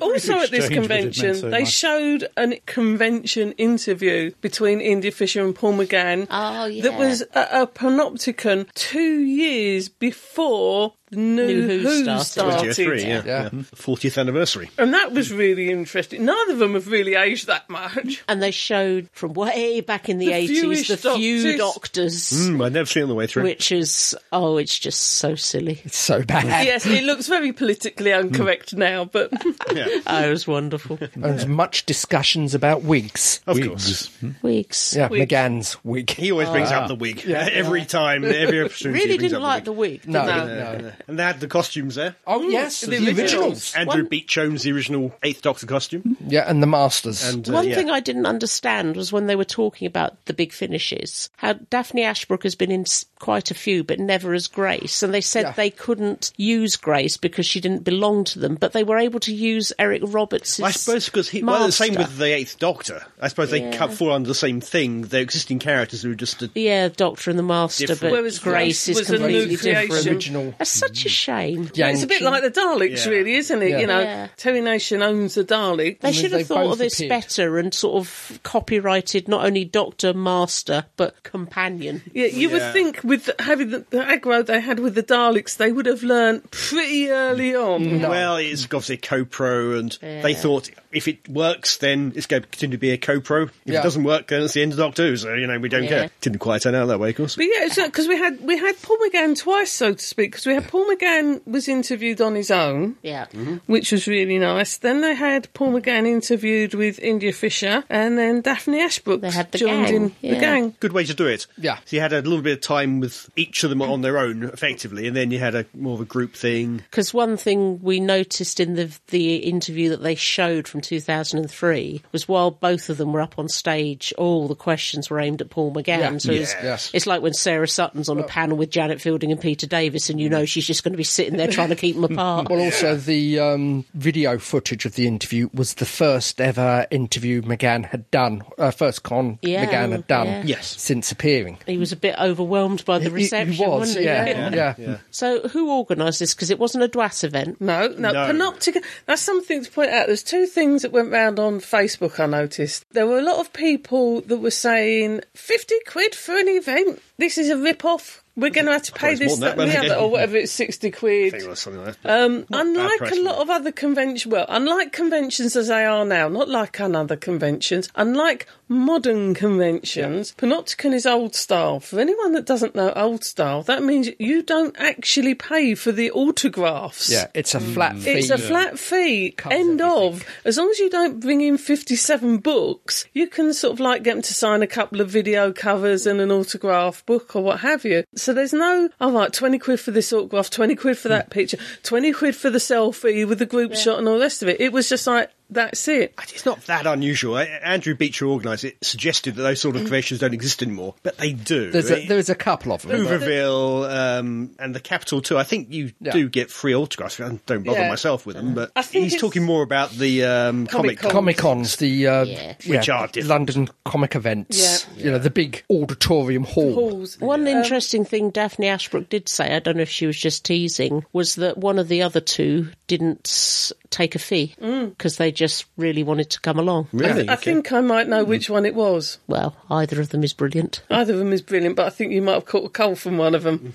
E: Also at this
A: exchange, but it meant
E: convention,
A: so
E: they
A: much.
E: showed a convention interview between India Fisher and Paul McGann.
B: Oh, yeah.
E: That was a, a panopticon two years before New,
B: New Who
E: Who,
B: started.
E: started.
C: 2003, yeah.
D: Yeah.
C: yeah. 40th anniversary.
E: And that was really interesting. Neither of them have really aged that much.
B: And they showed from way back in the,
E: The
B: 80s
E: Fewish
B: the few
E: Doctors.
B: doctors,
C: Mm, I've never seen it on the way through.
B: which is, oh, it's just so silly.
D: It's so bad.
E: Yes, it looks very politically incorrect now, but
B: Oh, it was wonderful.
D: There's much discussions about wigs.
C: of
A: Wigs.
C: course. Hmm.
B: Wigs.
D: Yeah, McGann's wig.
C: He always brings up the wig. every time, every opportunity.
B: Ah. Really
C: he brings
B: didn't
C: up
B: like the wig. did
D: No,
B: they?
D: no,
C: the wig. Yeah, yeah. And they had the costumes there.
D: Oh yes, the,
E: originals.
D: originals.
C: Andrew
B: One-
C: Beach Jones, the original Eighth Doctor costume.
D: Yeah, and the masters.
C: And, uh,
B: One
C: yeah.
B: thing I didn't understand was when they were talking about the big finishes, how Daphne Ashbrook has been in s- quite a few, but never as Grace. And they said
D: Yeah.
B: they couldn't use Grace because she didn't belong to them, but they were able to use Eric Roberts'
C: I suppose because he well, the same
B: master.
C: with the Eighth Doctor. I suppose they cut fall under the same thing. Their existing characters who are just a,
B: yeah, Doctor and the Master,
C: Different.
B: but
E: Whereas
B: Grace
E: Grace was
B: is
E: a new
B: completely
E: creation.
B: different.
D: original.
B: That's such a shame.
D: Yeah,
E: it's a bit like the Daleks,
C: Yeah.
E: really, isn't it?
D: Yeah.
E: You know,
B: Yeah.
E: Terry Nation owns the Dalek.
B: They should have
D: they've
B: thought
D: both
B: of this
D: appeared.
B: better and sort of copyrighted not only Doctor, Master, but Companion.
E: Yeah, you would
C: Yeah.
E: think with the- having the, the aggro they had with the Daleks, they would have learned pretty early on.
C: well, it's obviously a co-pro, and they thought if it works, then it's going to continue to be a co-pro. If
D: Yeah.
C: it doesn't work, then it's the end of Doctor Who. So you know we don't
B: Yeah.
C: care. Didn't quite turn out that way, of course.
E: But yeah, because we had we had Paul McGann twice, so to speak. Because we had Paul McGann was interviewed on his own,
B: Yeah.
D: Mm-hmm.
E: which was really nice. Then they had Paul McGann interviewed with India Fisher, and then Daphne Ashbrook
B: They had the
E: joined
B: gang,
E: in
B: yeah.
E: the gang.
C: Good way to do it.
D: Yeah.
C: So you had a little bit of time with each of them on their own, effectively, and then you had a more of a group thing.
B: Because one thing we noticed in the the interview that they showed from 2003 was while both of them were up on stage, all the questions were aimed at Paul McGann.
D: Yeah.
B: So it's,
D: Yes.
B: it's like when Sarah Sutton's on a panel with Janet Fielding and Peter Davis, and you know she's just going to be sitting there trying to keep them apart.
D: Well, also the um, video footage of the interview was the first ever interview McGann had done, uh, first con
B: Yeah,
D: McGann had done
B: yeah.
C: Yes.
D: since appearing.
B: he was a bit overwhelmed by the
D: He- he
B: reception,
D: was,
B: wasn't he?
D: yeah, yeah.
B: So who organised this? Because it wasn't a DWAS event.
E: No, no,
C: No.
E: panoptica. That's something to point out. There's two things that went round on Facebook. I noticed there were a lot of people that were saying fifty quid for an event. This is a rip off. We're going to have to pay
C: it's more
E: this,
C: than
E: that,
C: that,
E: and the
C: but
E: other,
C: okay.
E: or whatever. It's sixty quid.
C: I think it was something like that.
E: Um,
C: Not a bad
E: unlike
C: price
E: a
C: for
E: lot
C: that.
E: of other conventions, well, unlike conventions as they are now, not like on other conventions, unlike modern conventions, Panopticon is old style. For anyone that doesn't know old style, that means you don't actually pay for the autographs.
D: Yeah, it's a flat fee.
E: Mm. It's a flat fee. End of. As long as you don't bring in 57 books, you can sort of like get them to sign a couple of video covers and an autograph book or what have you. So there's no, all right, 20 quid for this autograph, 20 quid for that picture, 20 quid for the selfie with the group shot and all the rest of it. It was just like, That's it.
C: It's not that unusual. A- Andrew Beecher organised it, suggested that those sort
B: Mm.
C: of conventions don't exist anymore, but they do.
D: There's a,
C: It-
D: there's a couple of them.
C: Hooverville um, and the Capitol too. I think you
D: Yeah.
C: do get free autographs. I don't bother
E: Yeah.
C: myself with them, but
E: I think
C: he's
E: it's-
C: talking more about the um, comic.
E: Comic-Con.
D: Comic Cons, the uh,
B: Yeah.
C: Which are different.
D: London comic events,
E: Yeah.
D: you know, the big auditorium hall.
E: Halls.
B: One interesting thing Daphne Ashbrook did say, I don't know if she was just teasing, was that one of the other two didn't s- take a fee because they just really wanted to come along.
C: Really?
E: Mm. I think I might know which one it was.
B: Well, either of them is brilliant.
E: Either of them is brilliant, but I think you might have caught a cold from one of them.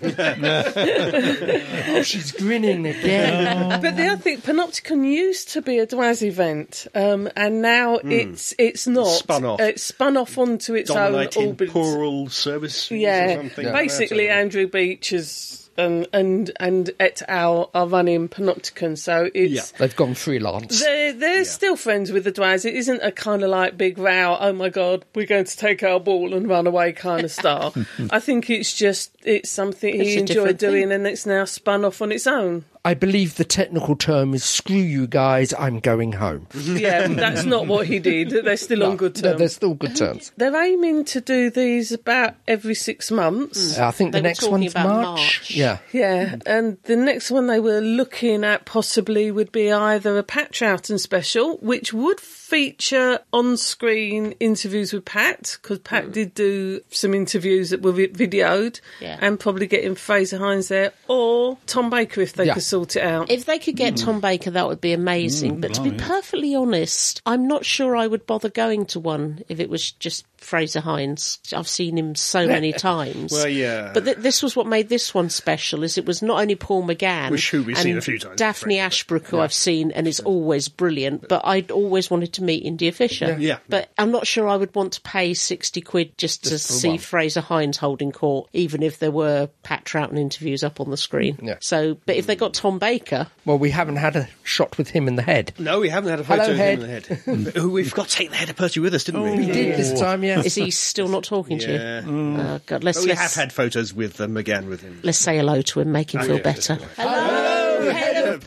D: Oh, she's grinning again.
E: But the other thing, Panopticon used to be a Dwaz event, um, and now it's it's not.
C: Hmm. spun off.
E: It's spun off onto its own
C: Dominating
E: orbit.
C: plural service. Or
E: yeah,
C: something
E: basically,
C: Like that.
E: Andrew Beach is, um, and and et al. are running Panopticon, so it's.
D: They've gone freelance.
E: They're, they're still friends with the Dwaz. It isn't a kind of like big row, oh my God, we're going to take our ball and run away kind of style. I think it's just, it's something
B: It's
E: he
B: a
E: enjoyed
B: different thing.
E: doing and it's now spun off on its own.
D: I believe the technical term is "screw you guys, I'm going home."
E: Yeah, that's not what he did. They're still on good
D: No,
E: terms.
D: they're still good terms.
E: They're aiming to do these about every six months.
D: I think
B: They
D: the
B: were
D: next
B: talking
D: one's
B: about
D: March.
B: March.
D: Yeah,
E: Yeah, and the next one they were looking at possibly would be either a Pat Troughton special, which would feature on screen interviews with Pat, because Pat
B: Mm.
E: did do some interviews that were vi- videoed,
B: Yeah.
E: and probably getting Fraser Hines there, or Tom Baker if they
D: Yeah.
E: could sort it out.
B: If they could get
C: Hmm.
B: Tom Baker, that would be amazing. but to be perfectly honest, I'm not sure I would bother going to one if it was just Fraser Hines. I've seen him so many times.
C: Well, yeah.
B: But th- this was what made this one special. Is it was not only Paul McGann,
C: Which who we've
B: and
C: seen a few times,
B: Daphne
C: frankly.
B: Ashbrook, who I've seen and is always brilliant. But I'd always wanted to meet India Fisher.
C: Yeah.
B: But I'm not sure I would want to pay sixty quid just, to
D: for
B: see
D: one.
B: Fraser Hines holding court, even if there were Pat Troughton interviews up on the screen.
D: Yeah.
B: So, but if they got Tom Baker,
D: Well, we haven't had a shot with him in the head.
C: No, we haven't had a
D: Hello,
C: photo of him in the head. oh, we've got to take the head of Percy with us, didn't
B: Oh,
C: we?
D: We Oh, did this time, yeah.
B: Is he still not talking to you?
C: Yeah.
D: Mm.
B: Oh God, let's
C: But Mm. we
B: let's,
C: have had photos with um, again with him.
B: let's say hello to him,
D: Oh,
B: make him feel better. Hello, head of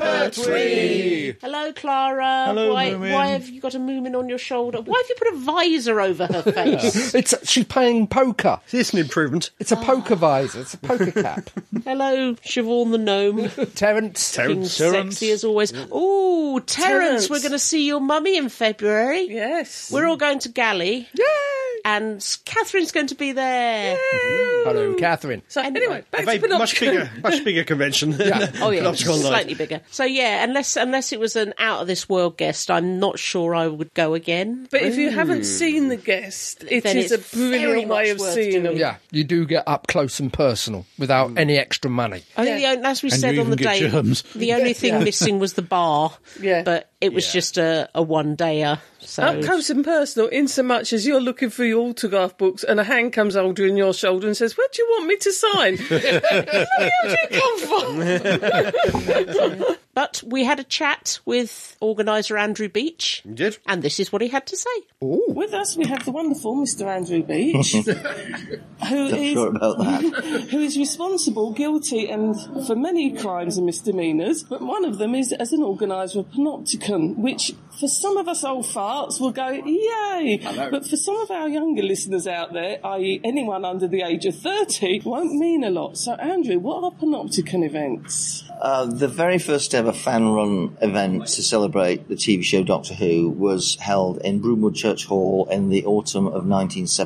B: Pertwee. Hello, Clara.
A: Hello,
B: why,
A: Moomin.
B: why have you got a moomin on your shoulder? Why have you put a visor over her face?
D: It's she's playing poker.
C: It's an improvement.
D: It's a poker visor. It's a poker cap.
B: hello, Siobhan the gnome.
D: Terence,
B: Looking
C: Terence.
A: Terence.
B: sexy as always. Ooh, Terence,
E: Terence.
B: we're going to see your mummy in February.
E: yes.
B: We're all going to Galley. Yay! And Catherine's going to be there.
D: hello, Catherine.
E: so anyway, back
C: Very-
E: to Panopticon.
C: much bigger, much bigger convention. Yeah.
B: Oh yeah, slightly bigger. So yeah, unless unless it was an out of this world guest, I'm not sure I would go again.
E: But if you haven't
D: Mm.
E: seen the guest, it
B: Then
E: is
B: it's
E: a
B: very
E: brilliant
B: much
E: way of
B: worth
E: seeing
B: doing.
E: them.
D: Yeah, you do get up close and personal without any extra money.
B: I think the, on- as we
A: And
B: said
A: you
B: on the
A: even get
B: day,
A: germs.
B: the only thing missing was the bar.
E: Yeah. Oh,
B: but it was just a, a one dayer. So
E: Up close and personal, in so much as you're looking for your autograph books and a hand comes over on your shoulder and says, Where do you want me to sign? Where do you come from?
B: but we had a chat with organizer Andrew Beach,
C: You did?
B: and this is what he had to say.
E: With us, we have the wonderful Mr. Andrew Beach, who is
J: about that.
E: who is responsible, guilty, and for many crimes and misdemeanours. But one of them is as an organiser of Panopticon, which for some of us old farts will go, yay! But for some of our younger listeners out there, i.e., anyone under the age of 30, won't mean a lot. So, Andrew, what are Panopticon events?
J: Uh, the very first ever fan run event to celebrate the TV show Doctor Who was held in Broomwood Church Hall in the autumn of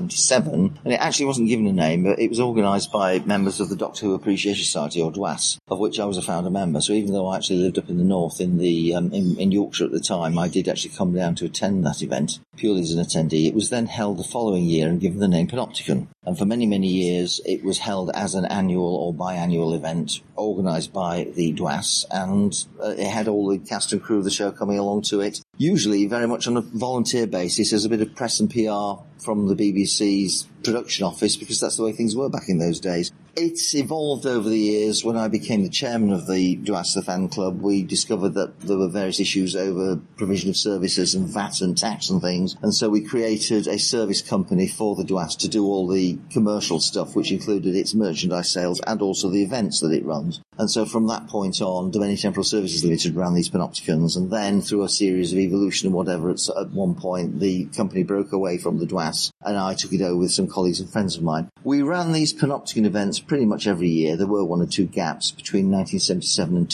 J: 1977. And it actually wasn't given a name, but it was organised by members of the Doctor Who Appreciation Society, or DWAS, of which I was a founder member. So even though I actually lived up in the north in, the, um, in, in Yorkshire at the time, I did actually come down to attend that event purely as an attendee. It was then held the following year and given the name Panopticon. And for many, many years, it was held as an annual or biannual event organised by the DWAS, and uh, it had all the cast and crew of the show coming along to it, usually very much on a volunteer basis as a bit of press and PR from the BBC's production office, because that's the way things were back in those days. It's evolved over the years. When I became the chairman of the Duasta fan club, we discovered that there were various issues over provision of services and VAT and tax and things. And so we created a service company for the Duas to do all the commercial stuff, which included its merchandise sales and also the events that it runs. And so from that point on, Dominion Temporal Services Limited ran these panopticons. And then through a series of evolution and whatever, at, at one point, the company broke away from the Duas and I took it over with some colleagues and friends of mine. We ran these panopticon events pretty much every year. There were one or two gaps between 1977 and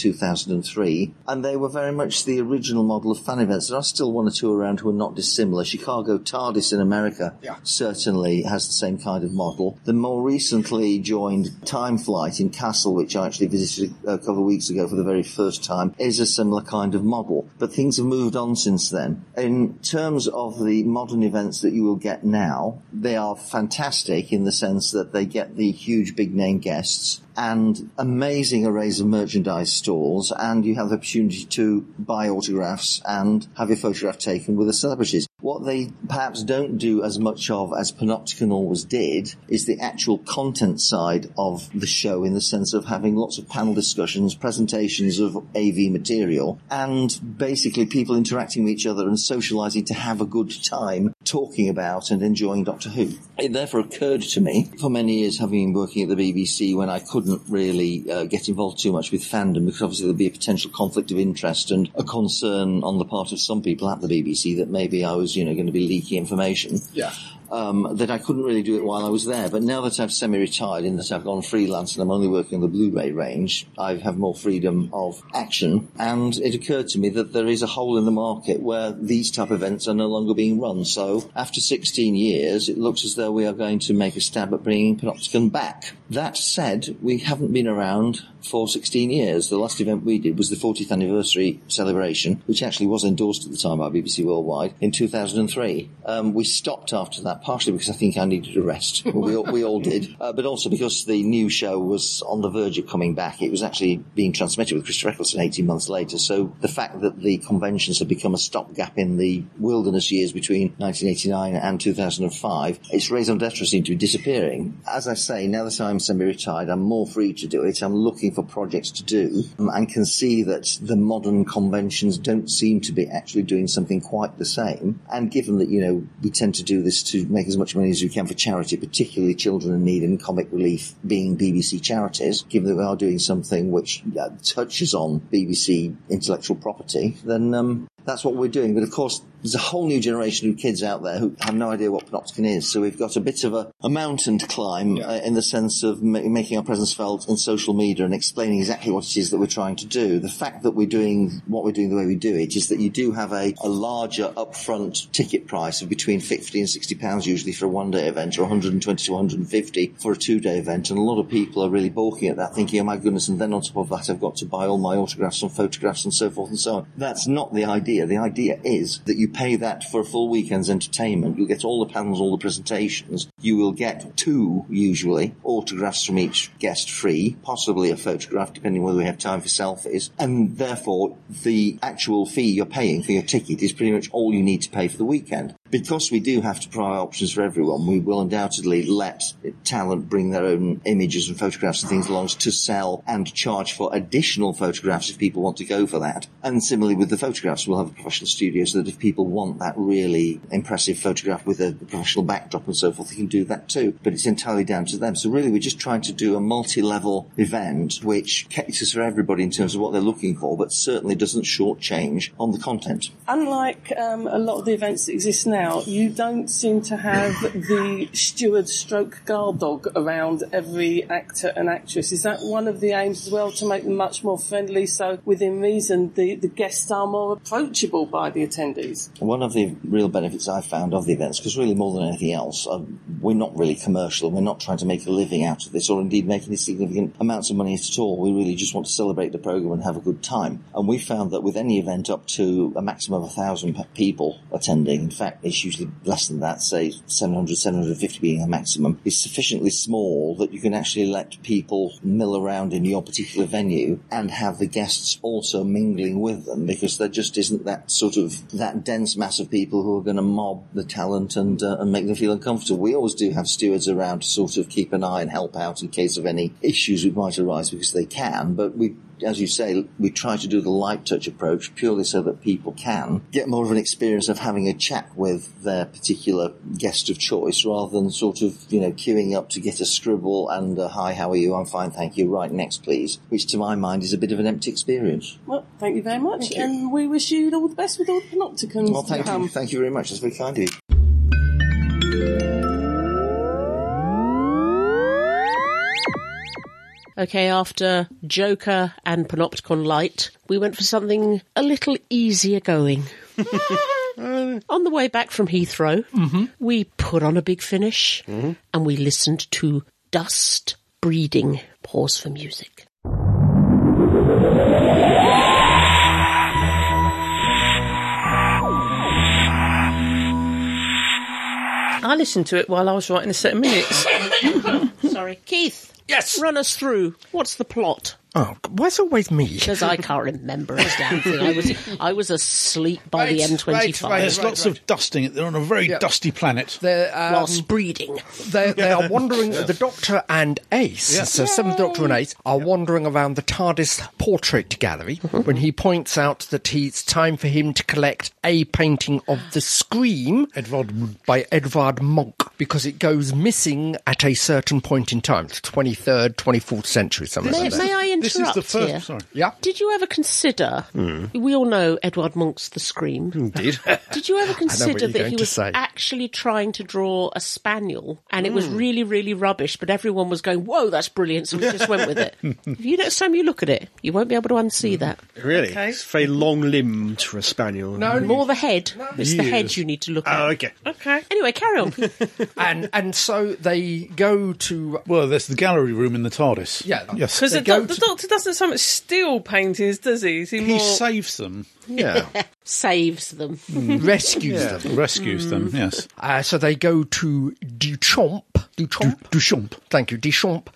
J: 2003, and they were very much the original model of fan events. There are still one or two around who are not dissimilar. Chicago TARDIS in America
D: Yeah.
J: certainly has the same kind of model. The more recently joined Time Flight in Castle, which I actually visited a couple of weeks ago for the very first time, is a similar kind of model. But things have moved on since then. In terms of the modern events that you will get now, they are fantastic in the sense that they get the huge big name guests and amazing arrays of merchandise stalls and you have the opportunity to buy autographs and have your photograph taken with the celebrities. What they perhaps don't do as much of as Panopticon always did is the actual content side of the show in the sense of having lots of panel discussions, presentations of AV material and basically people interacting with each other and socializing to have a good time talking about and enjoying Doctor Who. It therefore occurred to me, for many years having been working at the BBC when I couldn't really uh, get involved too much with fandom because obviously there'd be a potential conflict of interest and a concern on the part of some people at the BBC that maybe I was, you know, going to be leaking information
D: Yeah.
J: um, that I couldn't really do it while I was there. But now that I've semi-retired, in that I've gone freelance and I'm only working on the Blu-ray range, I have more freedom of action. And it occurred to me that there is a hole in the market where these type of events are no longer being run. So after 16 years, it looks as though we are going to make a stab at bringing Panopticon back. That said, we haven't been around for 16 years. The last event we did was the 40th anniversary celebration, which actually was endorsed at the time by BBC Worldwide in 2003. Um, we stopped after that, partially because I think I needed a rest. Well, we, all, we all did. Uh, but also because the new show was on the verge of coming back. It was actually being transmitted with Christopher Eccleston 18 months later. So the fact that the conventions had become a stopgap in the wilderness years between 1989 and 2005, its raison d'etre seemed to be disappearing. As I say, now that I'm semi-retired, I'm more free to do it. I'm looking for projects to do um, and can see that the modern conventions don't seem to be actually doing something quite the same. And given that, you know, we tend to do this to make as much money as we can for charity, particularly children in need and comic relief being BBC charities, given that we are doing something which uh, touches on BBC intellectual property, then um, that's what we're doing. But of course, there's a whole new generation of kids out there who have no idea what Panopticon is. So we've got a bit of a, a mountain to climb uh, in the sense of ma- making our presence felt in social media and explaining exactly what it is that we're trying to do. The fact that we're doing what we're doing the way we do it is that you do have a, a larger upfront ticket price of between 50 and 60 pounds usually for a one day event or 120 to 150 for a two day event. And a lot of people are really balking at that thinking, oh my goodness. And then on top of that, I've got to buy all my autographs and photographs and so forth and so on. That's not the idea. The idea is that you pay that for a full weekend's entertainment. You'll get all the panels, all the presentations. You will get two, usually, autographs from each guest free, possibly a photograph, depending whether we have time for selfies. And therefore, the actual fee you're paying for your ticket is pretty much all you need to pay for the weekend. Because we do have to provide options for everyone, we will undoubtedly let talent bring their own images and photographs and things along to sell and charge for additional photographs if people want to go for that. And similarly with the photographs, we'll have a professional studio so that if people want that really impressive photograph with a professional backdrop and so forth, they can do that too. But it's entirely down to them. So really we're just trying to do a multi-level event which caters for everybody in terms of what they're looking for, but certainly doesn't shortchange on the content.
K: unlike um, a lot of the events that exist now, you don't seem to have the steward stroke guard dog around every actor and actress. Is that one of the aims as well to make them much more friendly so within reason the, the guests are more approachable by the attendees?
J: One of the real benefits I've found of the events, because really more than anything else, uh, we're not really commercial. We're not trying to make a living out of this or indeed make any significant amounts of money at all. We really just want to celebrate the program and have a good time. And we found that with any event up to a maximum of a thousand pe- people attending, in fact, it it's usually less than that, say 700, 750 being a maximum, is sufficiently small that you can actually let people mill around in your particular venue and have the guests also mingling with them because there just isn't that sort of that dense mass of people who are going to mob the talent and uh, and make them feel uncomfortable. We always do have stewards around to sort of keep an eye and help out in case of any issues which might arise because they can, but we as you say, we try to do the light touch approach purely so that people can get more of an experience of having a chat with their particular guest of choice rather than sort of, you know, queuing up to get a scribble and a, hi, how are you? I'm fine, thank you. Right, next, please. Which to my mind is a bit of an empty experience.
K: Well, thank you very much, and we wish you all the best with all the panopticons.
J: Well,
K: to
J: thank
K: come.
E: Um,
J: you. Thank you very much. That's very kind of you.
B: Okay, after Joker and Panopticon Light, we went for something a little easier going. on the way back from Heathrow,
E: Mm-hmm.
B: we put on a big finish and we listened to Dust Breeding. Pause for music.
E: I listened to it while I was writing a set of minutes.
B: Sorry. Keith. Yes. Run us through. What's the plot?
D: Oh, why's always me?
B: Because I can't remember a damn thing. I was I was asleep by the
D: Right,
B: M25.
D: right,
A: There's lots of dusting. They're on a very
D: Yep.
A: dusty planet.
D: They're, um,
B: Whilst breeding.
D: they they are wandering. The Doctor and Ace, so Seventh Doctor and Ace, are wandering around the TARDIS portrait gallery
A: Mm-hmm.
D: when he points out that it's time for him to collect a painting of the Scream
A: Edvard Munch.
D: by Edvard Munch because it goes missing at a certain point in time, the twenty third, twenty fourth century, something
B: May,
D: like that.
B: may I interrupt
A: This is the first.
B: here?
A: Sorry.
D: Yeah.
B: Did you ever consider? We all know Edward Monk's The Scream.
D: Indeed.
B: Did you ever consider
D: you're
B: that
D: going
B: he
D: to
B: was
D: say.
B: actually trying to draw a spaniel and it was
D: Hmm.
B: really, really rubbish, but everyone was going, whoa, that's brilliant, so we just went with it. if you next time you look at it, you won't be able to
D: Hmm.
B: unsee that.
C: Really? It's very long limbed for a spaniel. No.
B: More the head. It's the head you need to look at.
C: Oh, okay.
E: okay.
B: Anyway, carry on.
D: and and so they go to
A: Well, there's the gallery room in the TARDIS.
D: Yeah.
A: Yes.
E: Because
D: They
E: the,
D: go
E: doc- the
D: to-
E: doctor doesn't so much steal paintings, does he? Is he,
A: he
E: more...
A: saves them, Hmm.
D: yeah Hmm.
B: Saves them.
D: rescues them.
A: rescues them. Yes.
D: Uh, so they go to Duchamp. Duchamp.
A: Duchamp.
D: Thank you. Duchamp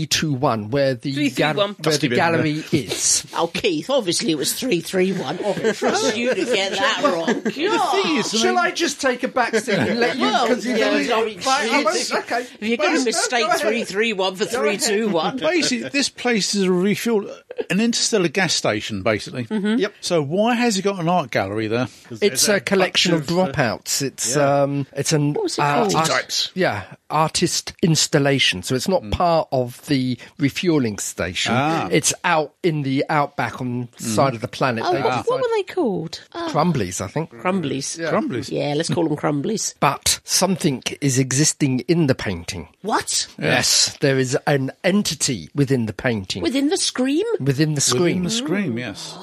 D: 321, where the,
E: 321.
D: where the
C: Dusty bin,
D: gallery is.
B: Oh, Keith, obviously it was 331. Trust you to get that wrong.
A: The thing is, I mean,
D: Shall I just take a back seat and let you?
B: Well,
D: 'cause you
B: yeah,
D: don't-
B: sorry,
D: Right, I won't-
B: Jesus.
D: okay.
B: If you're going
D: Fine,
B: to mistake
D: go ahead.
B: 331 for 321,
A: basically, this place is a refuel, an interstellar gas station, basically.
D: Yep.
A: So why has he got an art gallery there?
D: It's a collection of dropouts. It's um, it's an
B: was it called?
C: Types.
D: yeah, artist installation. So it's
A: Hmm.
D: not part of the refueling station.
A: Ah.
D: It's out in the outback on the side of the planet.
B: Oh,
D: They
B: what, what
D: decided-
B: were they called? Oh,
D: Crumblies, I think.
B: crumblies. Yeah.
A: Crumblies.
B: let's call them crumblies.
D: But something is existing in the painting.
B: What?
D: Yes, there is an entity within the painting, within,
B: Within the scream?
D: the
A: Within
D: screen,
A: the scream, yes.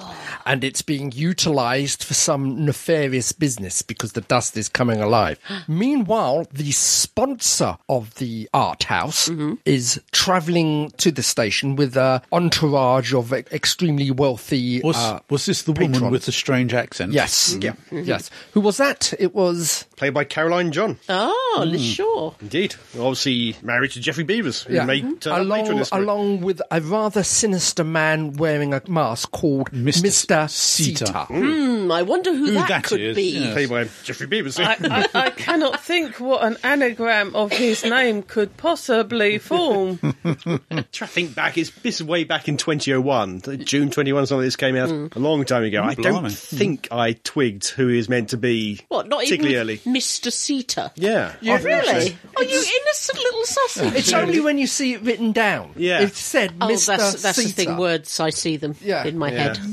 D: and it's being utilized for some nefarious business because the dust is coming alive. Meanwhile, the sponsor of the art house is traveling to the station with an entourage of e- extremely wealthy.
A: Was
D: uh,
A: was this the woman
D: patrons.
A: with the Mm. strange accent?
D: Yes, yes. Who was that? It was Hmm.
C: Played by Caroline John.
B: Oh,
A: Hmm.
B: sure.
C: Indeed. Obviously married to Jeffrey Beavers, who
D: Yeah. Mm-hmm.
C: may turn up later in
D: along,
C: this story.
D: along with a rather sinister man wearing a mask called
A: Mr.
D: Mr.
A: Sita.
D: Sita.
B: Hmm, I wonder who, that,
A: that
B: could
A: is,
B: be.
A: yeah.
C: Played by Jeffrey Beavers.
E: I, I, I cannot think what an anagram of his name could possibly form.
C: try to think back. It's this is way back in 2001, th- June 21. Something this came
B: Hmm.
C: out a long time ago. I don't
A: Hmm. blimey.
C: think I twigged who is meant to be.
B: What, not even
C: particularly early.
B: Mr. Sita?
C: Yeah, I've
B: Really?
C: noticed.
B: Are you innocent little sausage?
D: It's only when you see it written down.
C: Yeah.
D: It said
B: Oh,
D: Mr.
B: that's, that's the
D: Sita.
B: thing, words, I see them
D: Yeah.
B: in my head.
A: Yeah.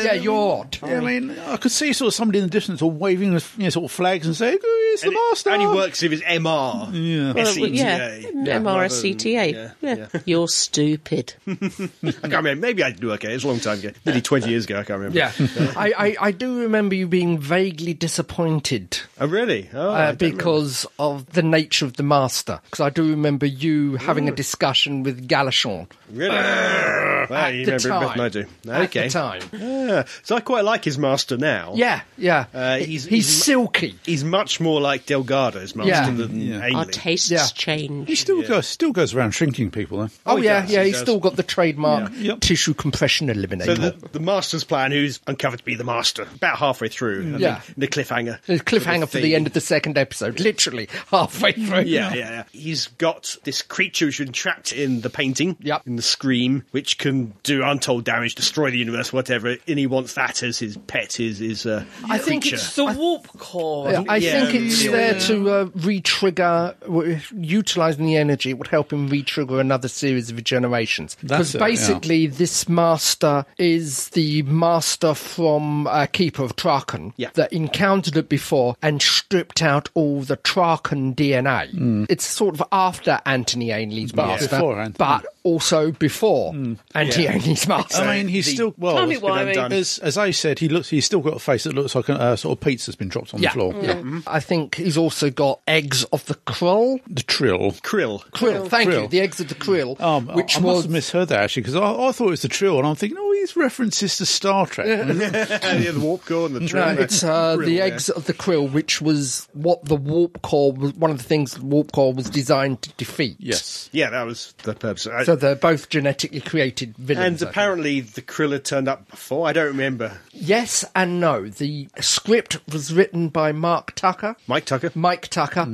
A: um,
D: Yeah, you're odd.
A: I mean, I could see sort of somebody in the distance or waving you know, sort of flags and saying, "Oh, "It's the
C: And it
A: master." Hmm.
C: only works if it's MR. Yeah,
B: Well,
D: E
B: yeah,
C: E
B: MRSCTA. Yeah. You're stupid.
C: I can't remember. Maybe I do. Okay, it's a long time ago. Nearly 20 years ago. I can't remember.
D: Yeah. I, I, I do remember you being vaguely disappointed
C: Oh, really? Oh, I
D: uh,
C: don't remember.
D: because of the nature of the master. Because I do remember you having a discussion with Galachon.
C: really. Well,
D: at
C: you
D: the
C: remember
D: time.
C: it better than I do.
D: At
C: Okay.
D: the time.
C: Ah, so I quite like his master now.
D: Yeah, yeah.
C: Uh,
D: he's,
C: he's- he's-
D: silky.
C: He's much more like Delgado's master
D: Yeah.
C: than Ainley.
B: Our tastes
D: Yeah.
B: change.
A: He still goes still goes around shrinking people eh? though.
D: Oh,
C: Oh, he
D: yeah,
C: does,
D: yeah.
C: he
D: He's
C: does.
D: still got the trademark
A: Yeah. Yep.
D: tissue compression eliminator.
C: So the, the master's plan, who's uncovered to be the master, about halfway through, and
D: Yeah.
C: then the cliffhanger.
D: A cliffhanger
C: sort of
D: for
C: thing.
D: the end of the second episode, literally halfway through.
C: Mm. Yeah, yeah, yeah. He's got this creature who's been trapped in the painting,
D: Yep.
C: in the scream, which can do untold damage, destroy the universe, whatever. And he wants that as his pet, his his uh,
D: I think
C: creature.
E: It's the warp core.
D: Yeah, I
C: Yeah,
D: think it's
C: yeah.
D: there to uh, re-trigger, w- utilising the energy, it would help him re-trigger another series of generations.
A: That's
D: Because
A: it, yeah.
D: basically, this master is the master from uh, Keeper of Traken
C: Yeah.
D: that encountered it before and stripped out all the Traken DNA. It's sort of after Anthony Ainley's master,
A: Mm. Before Anthony. Mm.
D: but also before Anthony Ainley's master.
A: I mean, he's still well.
E: Tell me why, I mean,
A: As, as I said, he looks. He's still got a face that looks like a uh, sort of pizza's been dropped on
D: yeah,
A: the floor.
D: yeah. I think he's also got eggs of the Krull.
A: The trill.
C: Krill.
D: Krill, thank you.
A: Krill.
D: The eggs of the Krill,
A: Um,
D: which
A: I, I must
D: was
A: have misheard that actually because I, I thought it was the trill, and I'm thinking, oh, he's references to Star Trek.
C: yeah, the warp core and the
D: no,
C: trail.
D: it's uh,
C: Krill,
D: the
C: yeah.
D: eggs of the Krill, which was what the warp core was. One of the things the warp core was designed to defeat.
A: yes.
C: Yeah, that was the purpose. I-
D: So they're both genetically created villains.
C: and
D: I think.
C: apparently the krill had turned up before. I don't remember.
D: yes and no. The script was written by Mark Tucker,
C: Mike Tucker. Mm-hmm.
D: Mike Tucker,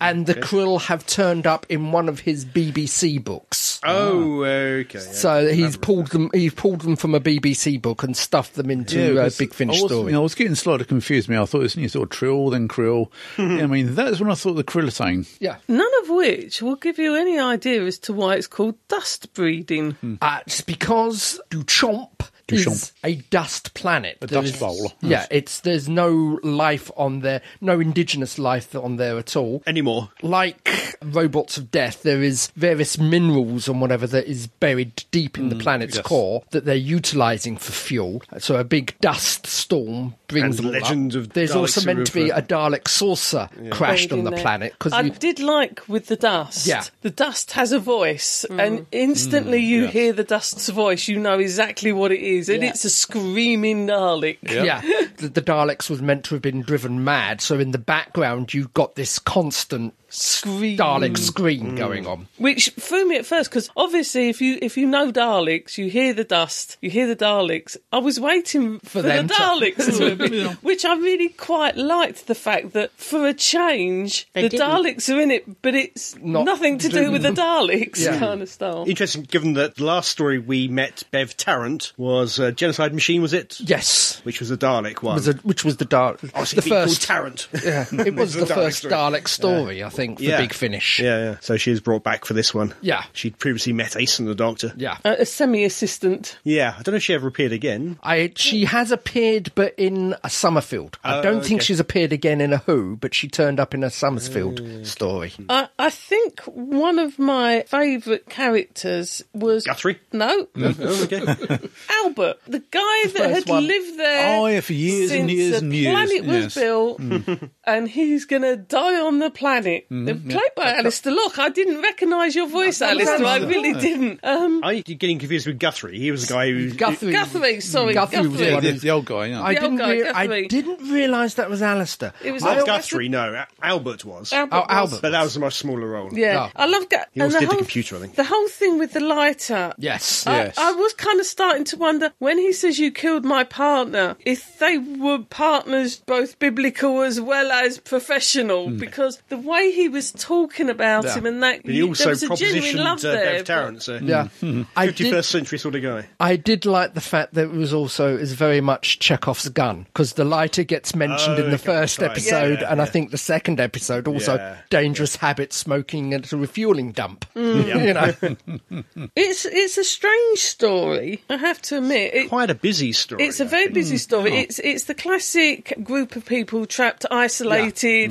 D: and the Krill have turned up in one of his BBC books.
C: Oh, okay. yeah.
D: Ah. So he's pulled them. He's pulled them from a BBC book and stuffed them into a uh,
A: because
D: Big Finish
A: I was,
D: story.
A: you know, I was getting slightly confused. Me, I thought it was you know, sort of trill, then krill. Yeah, I mean, that's when I thought the krill thing.
D: yeah,
E: None of which will give you any idea as to why it's called dust breeding.
D: Uh, it's because Duchamp,
A: Duchamp.
D: is a dust planet. A
A: dust bowl.
D: Yeah, it's there's no life on there, no indigenous life on there at all.
C: Anymore.
D: Like robots of death, there is various minerals and whatever that is buried deep in the planet's core that they're utilizing for fuel. So a big dust storm brings
C: And
D: them all up.
C: legend of
D: There's
C: Daleks
D: also
C: who
D: meant to be
C: refer-
D: a Dalek saucer crashed
E: Buried
D: on
E: in
D: the
E: there.
D: planet
E: I
D: because
E: did like with the dust.
D: Yeah. Mm.
E: The dust has a voice, and instantly you hear the dust's voice, you know exactly what it is, and
D: Yeah.
E: it's a screaming Dalek.
D: Yeah, the, the Daleks was meant to have been driven mad. So in the background, you've got this constant
E: Scream.
D: Dalek
C: Mm.
D: scream going on.
E: Which threw me at first because obviously, if you if you know Daleks, you hear the dust, you hear the Daleks. I was waiting for,
D: them
E: the
D: to-
E: Daleks to appear, which I really quite liked the fact that for a change,
B: They
E: the
B: didn't.
E: Daleks are in it, but it's
D: Not
E: nothing to do with the Daleks
D: Yeah.
E: kind of style.
C: Interesting, given that the last story we met Bev Tarrant was uh, Genocide Machine, was it?
D: Yes,
C: Which was a Dalek one.
D: was a, which was the Dalek,
C: Oh, so
D: the
C: he'd been called
D: first.
C: Tarrant.
D: yeah, it was
C: It's a
D: the
C: Dalek
D: first
C: story.
D: Dalek story, I think, for
C: Yeah.
D: Big Finish.
C: Yeah, yeah. So she is brought back for this one.
D: Yeah.
C: She'd previously met Ace and the Doctor.
D: yeah.
E: Uh, a semi-assistant.
C: Yeah. I don't know if she ever appeared again.
D: I, she has appeared, but in a Summerfield. I don't
C: Oh,
D: think she's appeared again in a Who, but she turned up in a Summerfield
C: Mm.
D: story.
E: I, I think one of my favourite characters was
C: Guthrie?
E: No,
C: oh, okay.
E: Albert, the guy that
D: first
E: had
D: one.
E: lived there.
A: Oh, yeah, for years and
E: since
A: years
E: the
A: and years,
E: planet was
A: yes.
E: built,
C: Hmm.
E: and he's going to die on the planet. They're played by Alistair Locke. I didn't recognise your voice, Alistair. I really didn't. Um,
C: I keep getting confused with Guthrie. He was the guy who.
D: Guthrie.
E: Guthrie, sorry,
D: Guthrie was
E: Guthrie.
D: one
A: The,
D: who-
A: the old guy. Yeah.
D: I
E: The old
D: didn't,
E: guy,
D: rea- I
E: Guthrie.
D: didn't realise that was Alistair.
E: it was
D: I
C: Not
E: Albert-
C: Guthrie, no. A- Albert was.
E: Albert
D: Oh,
E: was-
D: Albert.
C: But that was a much smaller role.
E: Yeah,
D: Oh.
E: I love that.
C: He
E: and
C: also
E: the
C: did the
E: whole-
C: computer, I think.
E: The whole thing with the lighter.
D: Yes.
E: I-
A: Yes.
E: I, was kind of starting to wonder when he says you killed my partner, if they were partners, both biblical as well as professional, because the way he was talking about
D: Yeah.
E: him and that
C: But he also
E: there was a genuine
C: propositioned uh,
E: love there.
C: Bev
E: but-
C: Tarrant, so.
D: Yeah. I
C: 51st
D: did,
C: century sort of guy.
D: I did like the fact that it was also is very much Chekhov's gun because the lighter gets mentioned
C: Oh,
D: in the
C: a couple
D: first
C: times,
D: episode,
C: yeah,
D: and I
C: yeah.
D: think the second episode also
C: Yeah,
D: dangerous habit smoking at a refueling dump.
C: Mm. Yeah.
D: You know,
E: It's it's a strange story, I have to admit. It,
C: Quite a busy story.
E: it's a
C: I
E: very
C: think.
D: Mm. Oh.
E: busy story. It's it it's the classic group of people trapped, isolated,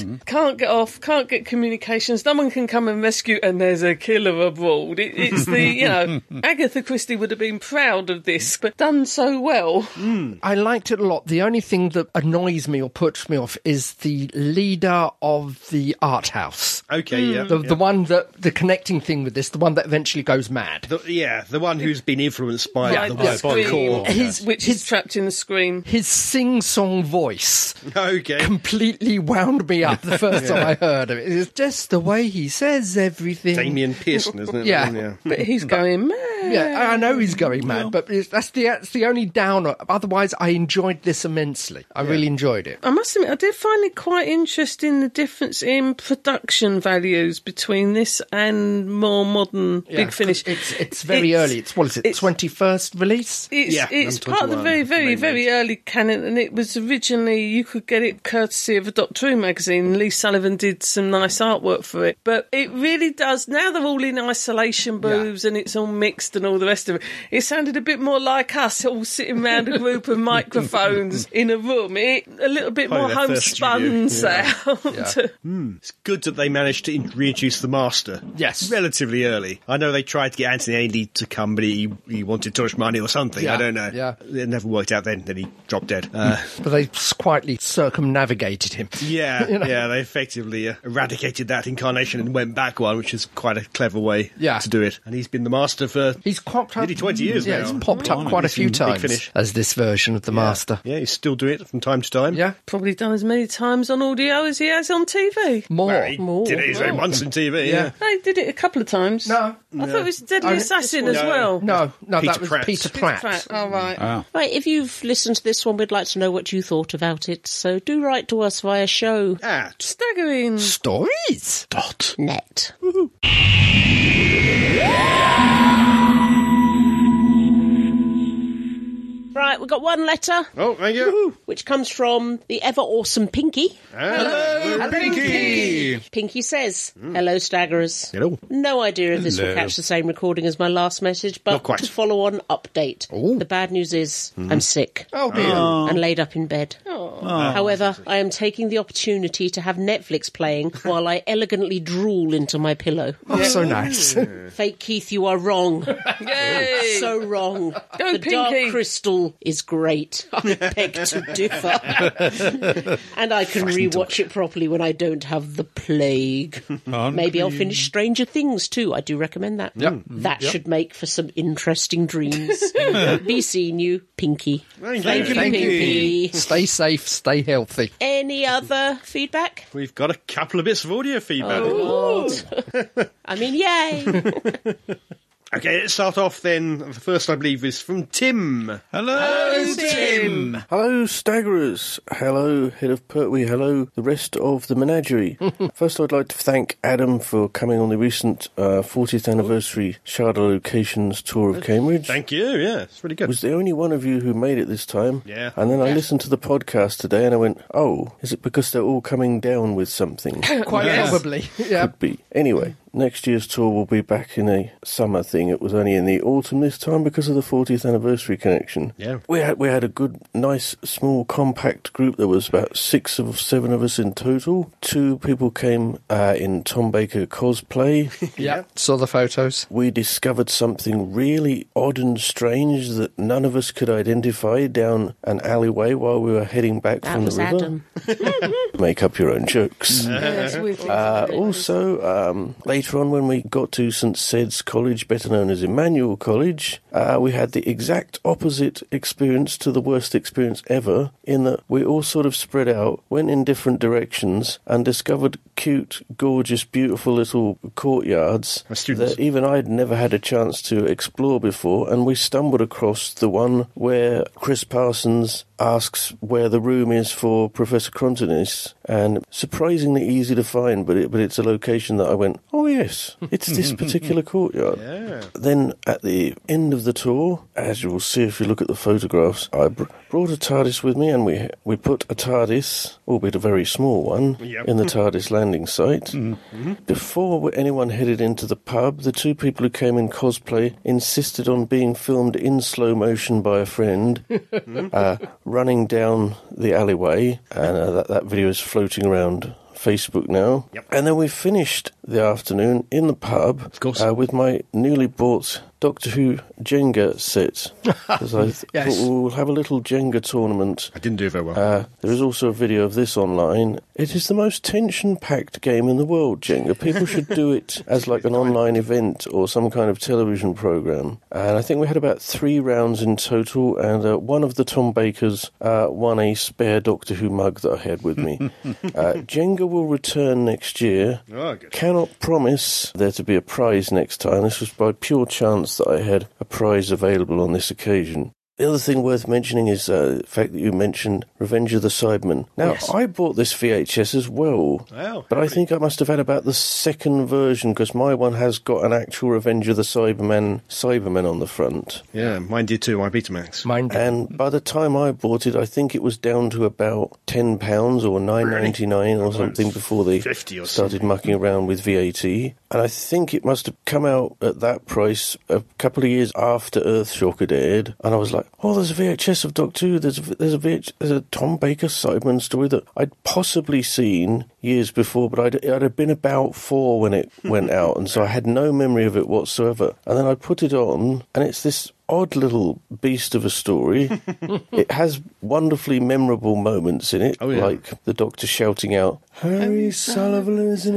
D: Mm-hmm.
E: can't get off, can't get communications, no one can come and rescue, and there's a killer abroad. It, it's the, you know, Agatha Christie would have been proud of this, but done so well.
D: Hmm. I liked it a lot. The only thing that annoys me or puts me off is the leader of the art house.
C: Okay,
E: Hmm.
C: yeah.
D: The,
C: yeah.
D: the one that the connecting thing with this, the one that eventually goes mad.
C: The- yeah, the one who's been influenced by
E: Like
C: the
E: the
C: by the
E: scream,
C: core.
E: his, which is trapped in the scream.
D: His sing-song voice
C: Okay.
D: completely wound me up the first time I heard of it. It's just the way he says everything.
C: Damien Pearson, isn't it?
D: Yeah.
E: But he's going mad.
D: Yeah, I I know he's going mad, but it's, that's the that's the only downer. Otherwise, I enjoyed this immensely. I really enjoyed it.
E: I must admit, I did find it quite interesting the difference in production values between this and more modern
D: Yeah,
E: Big Finish.
D: It's it's very early. It's what is it?
E: it's-
D: Twenty first release.
E: It's,
C: Yeah,
E: it's
C: I'm
E: part of the
C: 21,
E: very, very,
C: main
E: very early canon, and it was originally you could get it courtesy of a Doctor Who magazine. Lee Sullivan did some nice artwork for it, but it really does. Now they're all in isolation booths, and it's all mixed and all the rest of it. It sounded a bit more like us all sitting round a group of microphones in a room. It a little bit
C: Probably
E: more
C: their first
E: homespun
C: studio.
E: sound.
C: It's good that they managed to in- reintroduce the Master.
D: Yes.
C: Relatively early. I know they tried to get Anthony Andy to come, but he, he wanted too much money or something.
D: Yeah,
C: I don't know.
D: yeah.
C: It never worked out then. Then he dropped dead. Uh,
D: Mm. But they s- quietly circumnavigated him.
C: yeah. Yeah. They effectively uh, eradicated that incarnation and went back one, which is quite a clever way
D: Yeah.
C: to do it. And he's been the Master for.
D: He's popped up
C: Nearly 20 years
D: Yeah,
C: now.
D: he's popped up
C: Blimey,
D: quite a
C: it's
D: few
C: in Big
D: times
C: Finish.
D: as this version of the master.
C: Yeah, he's still doing it from time to time.
D: Yeah,
E: Probably done as many times on audio as he has on TV.
D: more.
C: Well, he
B: More.
C: did it his own once in TV.
D: Oh, Yeah.
C: Yeah.
E: They did it a couple of times.
D: No.
E: I thought it was Deadly
D: I-
E: Assassin as
C: No.
E: well.
D: no, no,
C: Peter
D: that was
C: Pratt.
D: Peter
E: Peter
D: Pratt.
E: Pratt. Oh, right.
C: Ah.
B: Right, if you've listened to this one, we'd like to know what you thought about it. So do write to us via show
C: Ah,
E: Staggering.
D: Stories.
B: net. Right, we've got one letter,
C: Oh, thank you.
B: which comes from the ever awesome Pinky.
C: Hello, Pinky.
B: Pinky says,
D: Hmm.
B: Hello, staggerers.
C: Hello.
B: No idea if this will
A: Hello.
B: catch the same recording as my last message, but
C: Not quite.
B: to follow on update. The bad news is I'm sick
D: Oh dear.
B: and laid up in bed.
C: Ah.
B: However, I am taking the opportunity to have Netflix playing while I elegantly drool into my pillow.
D: Oh, so nice.
B: Fake Keith, you are wrong.
E: Yay.
B: so wrong.
E: Go
B: the Dark
E: Pinky.
B: Crystal is great. I beg to differ. and I can rewatch it properly when I don't have the plague. Maybe I'll finish Stranger Things too. I do recommend that. That should make for some interesting dreams. Be seeing you, Pinky.
C: Thank
B: Thank you,
C: you.
B: Pinky.
D: stay safe. Stay healthy.
B: Any other feedback?
C: We've got a couple of bits of audio feedback.
D: Oh.
B: I mean, yay.
C: Okay, let's start off then. The first, I believe, is from Tim.
A: Hello, Tim.
H: Hello, staggerers. Hello, head of Pertwee. Hello, the rest of the menagerie. First, I'd like to thank Adam for coming on the recent uh, 40th anniversary Sharda Locations tour of Cambridge.
C: Thank you. Yeah, it's really
H: I
C: good.
H: was the only one of you who made it this time.
C: Yeah.
H: And then I listened to the podcast today and I went, oh, is it because they're all coming down with something?
D: Quite probably. Yeah.
H: Could be. Anyway, next year's tour will be back in a summer thing. It was only in the autumn this time because of the 40th anniversary connection.
C: Yeah.
H: We had, we had a good, nice, small, compact group. There was about six or seven of us in total. Two people came uh, in Tom Baker cosplay.
D: Yeah. Saw the photos.
H: we discovered something really odd and strange that none of us could identify down an alleyway while we were heading back
B: that
H: from
B: was
H: the river.
B: Adam.
H: Make up your own jokes.
E: That's weird.
H: Uh, also, um, later on, when we got to St. Sed's College, better known as Emmanuel College, uh, we had the exact opposite experience to the worst experience ever, in that we all sort of spread out, went in different directions, and discovered cute, gorgeous, beautiful little courtyards
C: My students.
H: that even I'd never had a chance to explore before, and we stumbled across the one where Chris Parsons asks where the room is for Professor Cronton is, and surprisingly easy to find, but it, but it's a location that I went, oh yes, it's this particular courtyard. Then at the end of the tour, as you will see if you look at the photographs, I br- brought a TARDIS with me, and we we put a TARDIS, albeit a very small one,
C: Yep.
H: in the TARDIS landing site. Before anyone headed into the pub, the two people who came in cosplay insisted on being filmed in slow motion by a friend uh, running down the alleyway, and uh, that, that video is floating around. Facebook now. And then we finished the afternoon in the pub of course. Uh, with my newly bought Doctor Who Jenga set. 'Cause I th-
D: Yes.
H: thought, well, we'll have a little Jenga tournament.
C: I didn't do very well.
H: Uh, there is also a video of this online. It is the most tension-packed game in the world, Jenga. People should do it as like an online event or some kind of television program. And I think we had about three rounds in total, and uh, one of the Tom Bakers uh, won a spare Doctor Who mug that I had with me. uh, Jenga will return next year.
C: Oh, good.
H: Cannot promise there to be a prize next time. This was by pure chance that I had a prize available on this occasion. The other thing worth mentioning is uh, the fact that you mentioned Revenge of the Sidemen. Now,
C: Yes.
H: I bought this VHS as well,
C: Wow,
H: but I think I must have had about the second version because my one has got an actual Revenge of the Cybermen Cybermen on the front.
C: Yeah, mine did too. I beat him, Max.
D: Mine
H: And by the time I bought it, I think it was down to about ten pounds or nine ninety nine or something before they
C: or
H: started mucking around with VAT. And I think it must have come out at that price a couple of years after Earthshock had aired. And I was like, oh, there's a VHS of Doctor Who. There's a, there's a VH, there's a Tom Baker Sidemen story that I'd possibly seen years before, but I'd, I'd have been about four when it went out, and so I had no memory of it whatsoever. And then I put it on, and it's this odd little beast of a story. it has wonderfully memorable moments in it,
C: yeah.
H: like the Doctor shouting out, Harry Sullivan is an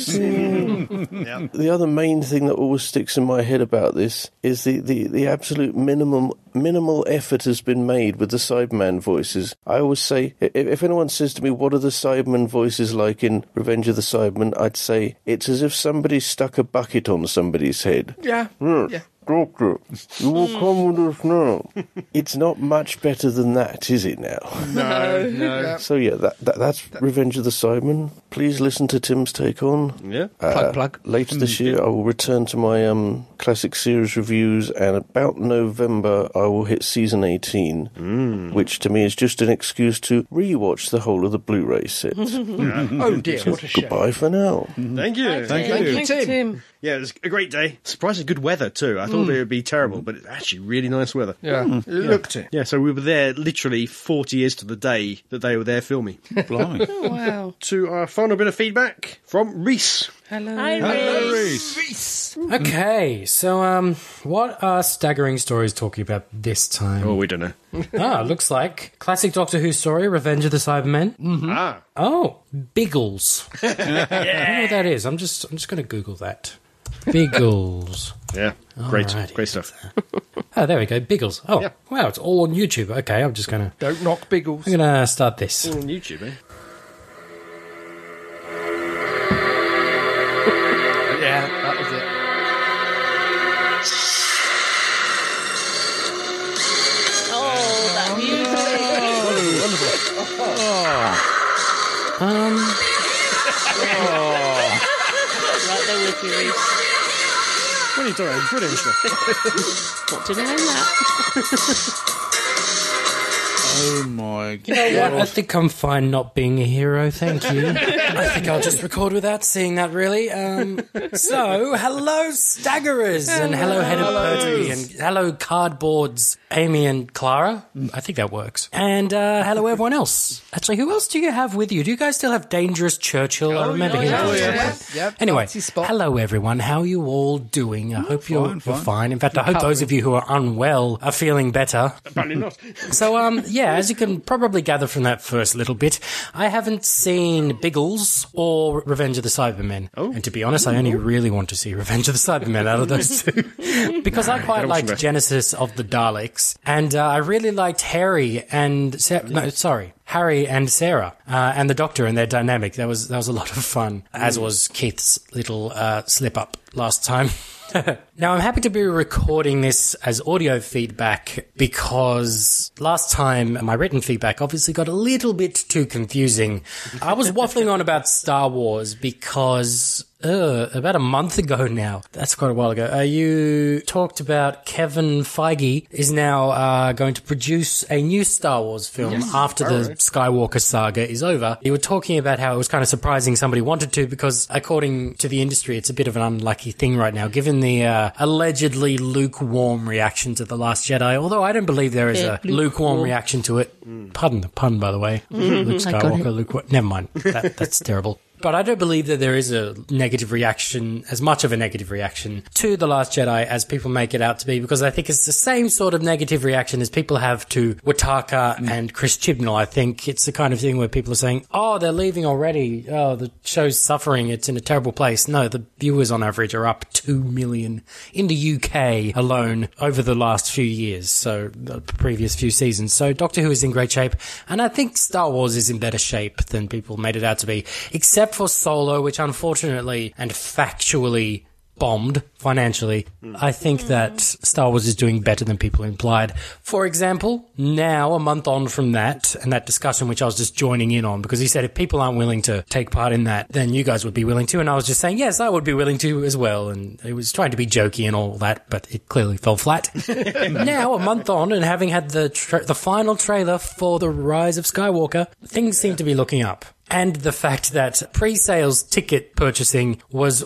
H: imbecile.
C: yeah.
H: The other main thing that always sticks in my head about this is the, the, the absolute minimum minimal effort has been made with the Cyberman voices. I always say, i- if anyone says to me, what are the Cyberman voices like in Revenge of the Cyberman, I'd say, it's as if somebody stuck a bucket on somebody's head.
D: Yeah.
H: Yes,
D: Yeah.
H: Doctor, you will come with us now. it's not much better than that, is it now?
C: No, no.
H: So yeah, that, that that's Revenge of the Cybermen. Please listen to Tim's take on.
C: Yeah. Hmm.
H: Uh,
D: Plug, plug.
H: Later this year, I will return to my um, classic series reviews, and about November, I will hit season 18,
C: Hmm.
H: which to me is just an excuse to rewatch the whole of the Blu ray set.
D: Oh dear, what a shame.
H: Goodbye for now.
C: Thank you.
A: Thank
D: Thank
A: you.
D: you, Tim.
C: Yeah, it was a great day. Surprisingly good weather too. I thought it would be terrible, but it's actually really nice weather.
D: Hmm.
C: Hmm.
D: Yeah. Looked it.
C: Yeah, so we were there literally 40 years to the day that they were there filming.
A: Blimey.
E: Oh, wow.
C: to our final bit of feedback from Reese.
E: Hello.
A: Hello, Reese.
L: Okay, so um, what are staggering stories talking about this time?
C: Oh, we don't know.
L: Ah, looks like classic Doctor Who story, Revenge of the Cybermen.
D: Mm-hmm.
C: Ah,
L: Oh, Biggles. I don't know what that is. I'm just I'm just going to Google that. Biggles.
C: yeah. Great.
L: Alrighty.
C: Great stuff.
L: oh, there we go. Biggles. Oh,
C: Yeah.
L: wow, it's all on YouTube. Okay, I'm just gonna
D: Don't knock Biggles.
L: I'm gonna start this.
C: All on YouTube, eh?
D: Yeah, that was it.
B: Oh, that music.
L: Um,
B: right there with you, Reese.
C: What are you doing? Brilliant stuff.
B: Got to know that.
A: Oh my
L: you know what? I think I'm fine not being a hero. Thank you. I think I'll just record without seeing that. Really. Um, so, hello, staggerers, and hello, head of poetry, and hello, cardboards, Amy and Clara. I think that works. And uh, hello, everyone else. Actually, who else do you have with you? Do you guys still have Dangerous Churchill?
D: Oh,
L: I remember him.
D: Yep.
L: Anyway,
D: Fancy spot. Oh,
L: hello everyone. How are you all doing? I hope you're,
A: fine,
L: you're
A: fine.
L: fine. In fact, I hope those of you who are unwell are feeling better.
C: Apparently not.
L: So, um, yeah, as you can probably gather from that first little bit, I haven't seen Biggles or Revenge of the Cybermen. Oh. And to be honest, I only really want to see Revenge of the Cybermen out of those two. because I quite liked Genesis of the Daleks, and uh, I really liked Harry and... Sa- no, sorry. Harry and Sarah uh, and the Doctor and their Mm. dynamic. That was that was a lot of fun, as was Keith's little uh, slip up last time. now, I'm happy to be recording this as audio feedback because last time my written feedback obviously got a little bit too confusing. I was waffling on about Star Wars because. Uh, about a month ago now. That's quite a while ago. Uh, you talked about Kevin Feige is now uh, going to produce a new Star Wars film
M: Yes.
L: after the
M: Alright.
L: Skywalker saga is over. You were talking about how it was kind of surprising somebody wanted to because, according to the industry, it's a bit of an unlucky thing right now, given the uh, allegedly lukewarm reaction to The Last Jedi. Although I don't believe there is
M: Yeah,
L: a lukewarm
M: lukewarm.
L: reaction to it. Pardon the pun, by the way.
M: Mhm.
L: Luke
M: I got it.
L: Skywalker, Luke. Never mind. That, that's terrible. But I don't believe that there is a negative reaction, as much of a negative reaction to The Last Jedi as people make it out to be, because I think it's the same sort of negative reaction as people have to Wataka and Chris Chibnall. I think it's the kind of thing where people are saying, oh, they're leaving already. Oh, the show's suffering. It's in a terrible place. No, the viewers on average are up 2 million in the UK alone over the last few years. So the previous few seasons. So Doctor Who is in great shape. And I think Star Wars is in better shape than people made it out to be, except for Solo, which unfortunately and factually bombed financially. I think that Star Wars is doing better than people implied. For example, now a month on from that and that discussion which I was just joining in on because he said if people aren't willing to take part in that then you guys would be willing to and I was just saying yes I would be willing to as well and it was trying to be jokey and all that but it clearly fell flat. now a month on and having had the tra- the final trailer for The Rise of Skywalker, things seem to be looking up. And the fact that pre-sales ticket purchasing was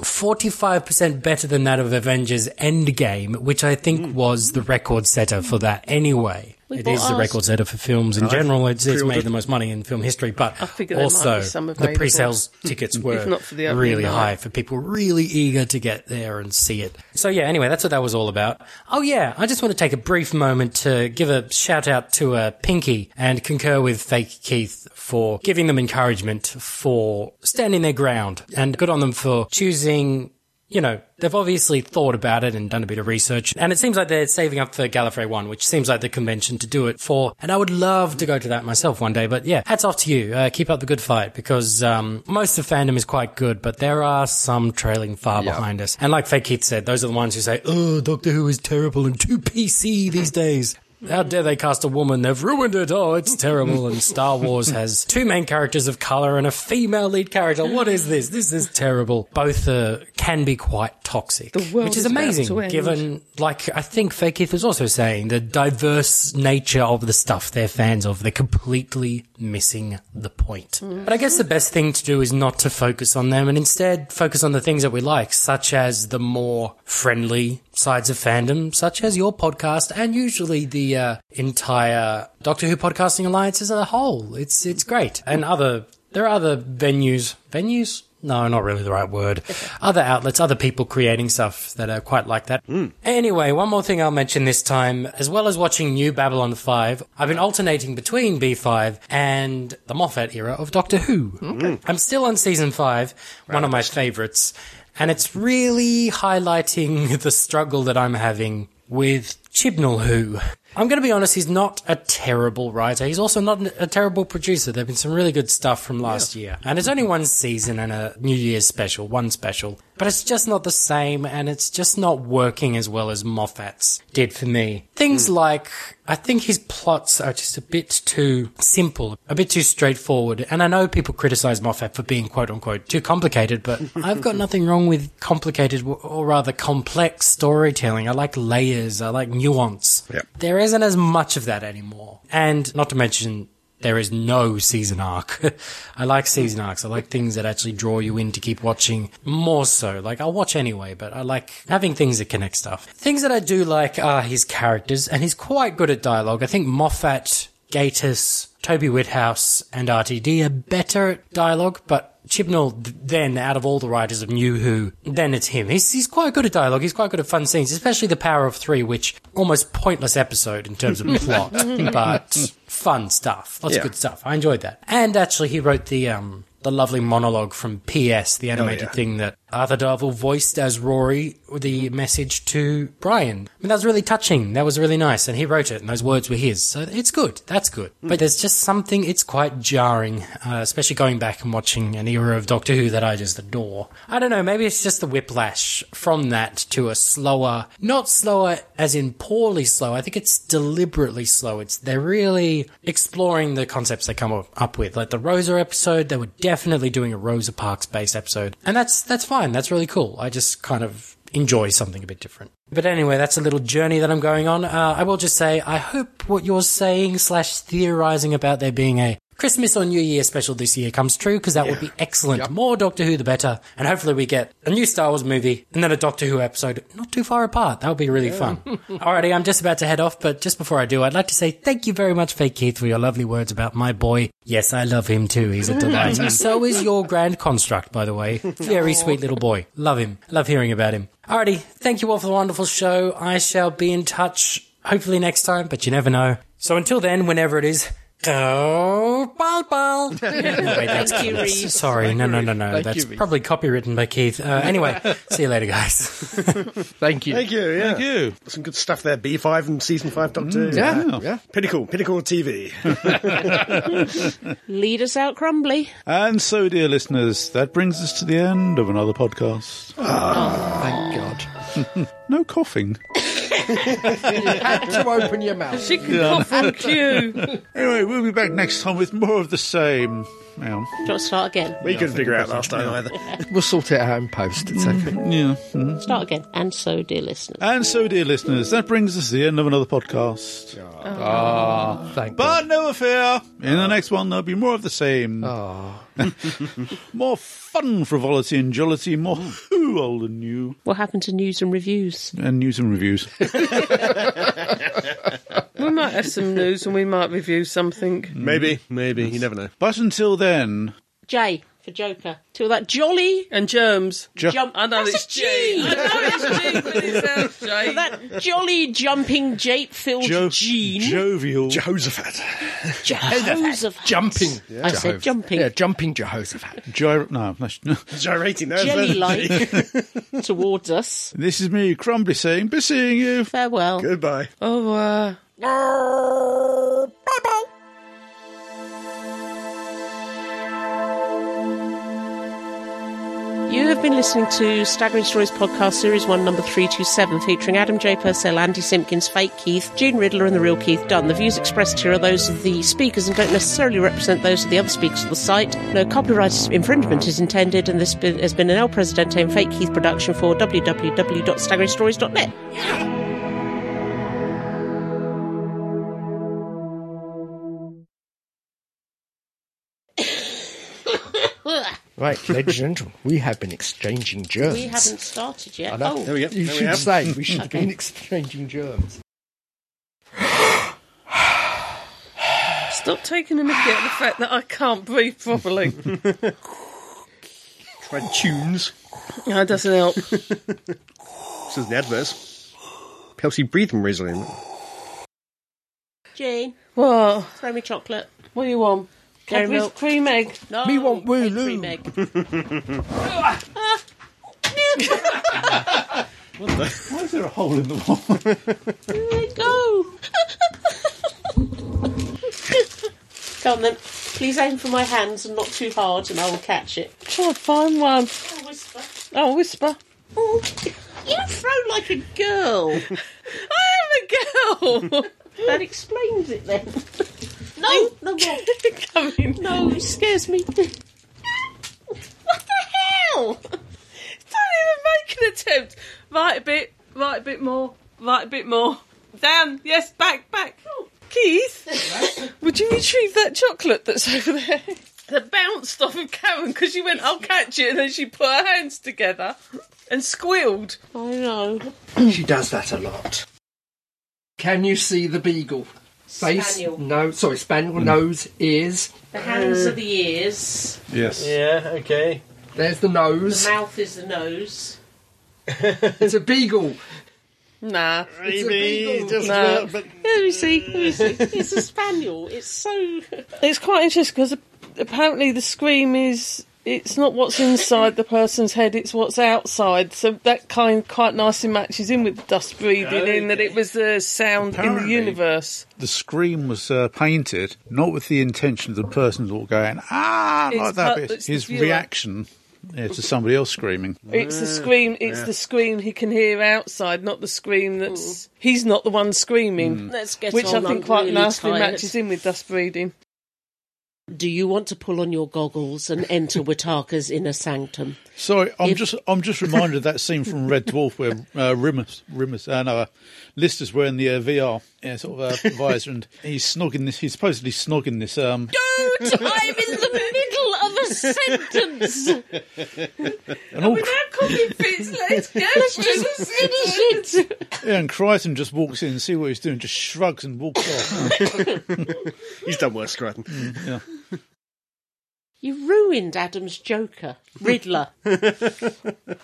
L: 45% better than that of Avengers Endgame, which I think was the record setter for that anyway.
E: Hmm. We
L: it
E: bought
L: is the
E: ours.
L: record setter for films in
E: I've
L: general. It's, it's made
E: pre-ordered-
L: the most money in film history, but
E: I figure there might be
L: also
E: some
L: the
E: available.
L: pre-sales tickets
E: If
L: were
E: not for the opening
L: really
E: night.
L: high for people really eager to get there and see it. So yeah, anyway, that's what that was all about. Oh yeah, I just want to take a brief moment to give a shout out to uh, Pinky and concur with Fake Keith for giving them encouragement for standing their ground and good on them for choosing you know, they've obviously thought about it and done a bit of research. And it seems like they're saving up for Gallifrey 1, which seems like the convention to do it for. And I would love to go to that myself one day. But yeah, hats off to you. Uh, keep up the good fight because um, most of fandom is quite good, but there are some trailing far behind us. And like Fake Keith said, those are the ones who say, oh, Doctor Who is terrible and too PC these days. How dare they cast a woman? They've ruined it. Oh, it's terrible. And Star Wars has two main characters of color and a female lead character. What is this? This is terrible. Both uh, can be quite toxic,
E: The world
L: which is
E: is about
L: amazing
E: to end.
L: given, like, I think Fakith was also saying, the diverse nature of the stuff they're fans of. They're completely missing the point. But I guess the best thing to do is not to focus on them and instead focus on the things that we like, such as the more friendly sides of fandom, such as your podcast and usually the uh, entire Doctor Who podcasting alliance as a whole. It's it's great, and other there are other venues venues. No, not really the right word. Other outlets, other people creating stuff that are quite like that. Anyway, one more thing I'll mention this time, as well as watching New Babylon 5, I've been alternating between B5 and the Moffat era of Doctor Who. I'm still on season 5, one of my favorites, and it's really highlighting the struggle that I'm having with Chibnall Who. I'm going to be honest, he's not a terrible writer. He's also not a terrible producer. There have been some really good stuff from last year. And it's only one season and a New Year's special, one special. But it's just not the same and it's just not working as well as Moffat's did for me. Things like, I think his plots are just a bit too simple, a bit too straightforward. And I know people criticize Moffat for being quote unquote too complicated, but I've got nothing wrong with complicated w- or rather complex storytelling. I like layers. I like nuance. There isn't as much of that anymore. And not to mention, there is no season arc. I like season arcs. I like things that actually draw you in to keep watching more so. Like, I'll watch anyway, but I like having things that connect stuff. Things that I do like are his characters, and he's quite good at dialogue. I think Moffat, Gatiss, Toby Whithouse, and RTD are better at dialogue, but Chibnall, th- then, out of all the writers of New Who, then it's him. He's, he's quite good at dialogue. He's quite good at fun scenes, especially the Power of Three, which almost pointless episode in terms of plot, but fun stuff. Lots
M: Yeah.
L: of good stuff. I enjoyed that. And actually, he wrote the um the lovely monologue from P.S. the animated
M: yeah.
L: thing that Arthur Darvill voiced as Rory the message to Brian. I mean, that was really touching. That was really nice. And he wrote it, and those words were his. So it's good. That's good. But there's just something, it's quite jarring, uh, especially going back and watching an era of Doctor Who that I just adore. I don't know, maybe it's just the whiplash from that to a slower, not slower as in poorly slow. I think it's deliberately slow. It's, they're really exploring the concepts they come up- up with. Like the Rosa episode, they were definitely doing a Rosa Parks based episode. And that's, that's fine. That's really cool. I just kind of enjoy something a bit different. But anyway, that's a little journey that I'm going on. Uh, I will just say, I hope what you're saying slash theorizing about there being a Christmas or New Year special this year comes true because that would be excellent. More Doctor Who, the better. And hopefully we get a new Star Wars movie and then a Doctor Who episode not too far apart. That would be really fun. Alrighty, I'm just about to head off, but just before I do, I'd like to say thank you very much, Fake Keith, for your lovely words about my boy. Yes, I love him too. He's a delight.
C: hmm?
L: And so is your grand construct, by the way. Very sweet little boy. Love him. Love hearing about him. Alrighty, thank you all for the wonderful show. I shall be in touch hopefully next time, but you never know. So until then, whenever it is, go ball ball. Anyway, that's-
B: Thank you, Reece.
L: Sorry, no, no, no, no.
D: Thank
L: that's
D: you, Reece.
L: probably copywritten by Keith. Uh, anyway, see you later, guys.
D: Thank you.
C: Thank you. Yeah.
A: Thank you.
C: Some good stuff there. B5 and season 5 Doctor.
D: Mm, yeah, yeah.
C: Pinnacle. Pinnacle TV.
B: Lead us out, Crumbly.
A: And so, dear listeners, that brings us to the end of another podcast.
D: Ah. Oh, Thank God.
A: No coughing.
D: Had to open your mouth.
E: She can cough on cue.
A: Anyway, we'll be back next time with more of the same. Hang on.
B: Do you want to start again?
C: we couldn't figure out last time either.
D: We'll sort it out in post. It's okay.
A: Mm. Yeah.
B: Start again. And so, dear listeners.
A: And so, dear listeners, that brings us to the end of another podcast.
B: Oh.
D: Ah, thank God. Ah.
A: But no fear, in the next one there'll be more of the same. more fun, frivolity, and jollity, more
D: Hmm.
A: who old and new,
B: What happened to news and reviews?
A: and news and reviews.
E: We might have some news and we might review something.
C: Maybe. Maybe. You never know.
A: but until then,
B: J for Joker. Till that jolly
E: And germs.
A: ju-
B: jump.
E: I know it's
B: That's a
E: G.
B: G.
E: I know it's G, but it sounds J.
B: that jolly jumping jape filled
A: jo-
B: Gene.
A: jovial.
C: Jehoshaphat.
B: Jehoshaphat.
D: Jumping.
B: I said jumping.
D: Yeah, jumping Jehoshaphat.
A: gyro- no, that's- no.
C: Gyrating. That was
B: Jelly
C: better.
B: like towards us.
A: This is me, Crumbly, saying, be seeing you.
B: Farewell.
C: Goodbye.
E: Oh, uh,
B: You have been listening to Staggering Stories Podcast Series 1, number 327, featuring Adam J. Purcell, Andy Simpkins, Fake Keith, June Riddler, and the real Keith Dunn. The views expressed here are those of the speakers and don't necessarily represent those of the other speakers of the site. No copyright infringement is intended, and this been- has been an El Presidente and Fake Keith production for www.staggeringstories.net.
D: Right, ladies and gentlemen, we have been exchanging germs.
B: We haven't started yet.
D: I know.
B: Oh,
C: There we go.
D: You
C: there we
D: should
C: have.
D: say we should have been exchanging germs.
E: stop taking a mickey at the fact that I can't breathe properly.
C: Try tunes.
E: that doesn't help.
C: This is an adverse. Helps you breathe more easily.
B: Oh, Jane,
E: What?
B: throw me chocolate.
E: What do you want?
B: Dairy
E: Cadbury's
B: milk.
E: cream egg.
B: No,
D: Me want
B: egg
D: Wooloo.
B: cream egg.
A: Why is there a hole in the wall?
B: There you go. Come on then. Please aim for my hands and not too hard, and I will catch it.
E: Try and find one.
B: Oh, whisper.
E: Oh, whisper.
B: Oh, you throw like a girl.
E: I am a girl.
B: That explains it then. No, no more.
E: Come in.
B: No, it scares me. what the hell?
E: Don't even make an attempt. Right a bit, right a bit more, right a bit more. Down, yes, back, back. Keith, would you retrieve that chocolate that's over there? That bounced off of Karen because she went, I'll catch it, and then she put her hands together and squealed.
B: I know.
D: She does that a lot. Can you see the beagle? Face,
B: Spaniel.
D: no, sorry, spaniel, nose, ears.
B: The hands are the ears.
A: Uh, yes.
G: Yeah, okay.
D: There's the nose.
B: The mouth is the nose.
D: It's a beagle.
E: Nah.
D: It's a beagle.
E: No.
B: Let me see. Let me see. It's a spaniel. It's so.
E: It's quite interesting because apparently the scream is it's not what's inside the person's head, it's what's outside. So that kind quite nicely matches in with dust breathing in that it was the sound in the
A: Apparently.
E: universe.
A: The scream was uh, painted not with the intention of the person to walk going, ah,
E: It's
A: like that,
E: per-
A: but
E: it's the
A: his
E: viewer.
A: reaction yeah, to somebody else screaming.
E: It's the scream. It's
A: yeah.
E: the scream he can hear outside, not the scream that's. He's not the one screaming.
D: Hmm.
B: Mm. Let's get
E: which
B: on,
E: I think
B: I'm
E: quite
B: really
E: nicely
B: tired.
E: matches in with dust breeding.
B: Do you want to pull on your goggles and enter Wataka's inner sanctum?
A: Sorry, I'm
B: If-
A: just I'm just reminded of that scene from Red Dwarf where uh, Rimus Rimus uh, no, uh, Lister's wearing the uh, VR yeah, sort of uh, visor and he's snogging this. He's supposedly snogging this. Um,
B: Don't! I'm in the middle of a sentence!
A: and, all,
E: let's go
B: Let's just finish it!
A: yeah, and Crichton just walks in and see what he's doing, just shrugs and walks off. Mm,
C: He's done worse, Crichton.
A: yeah.
B: You ruined Adam's Joker, Riddler.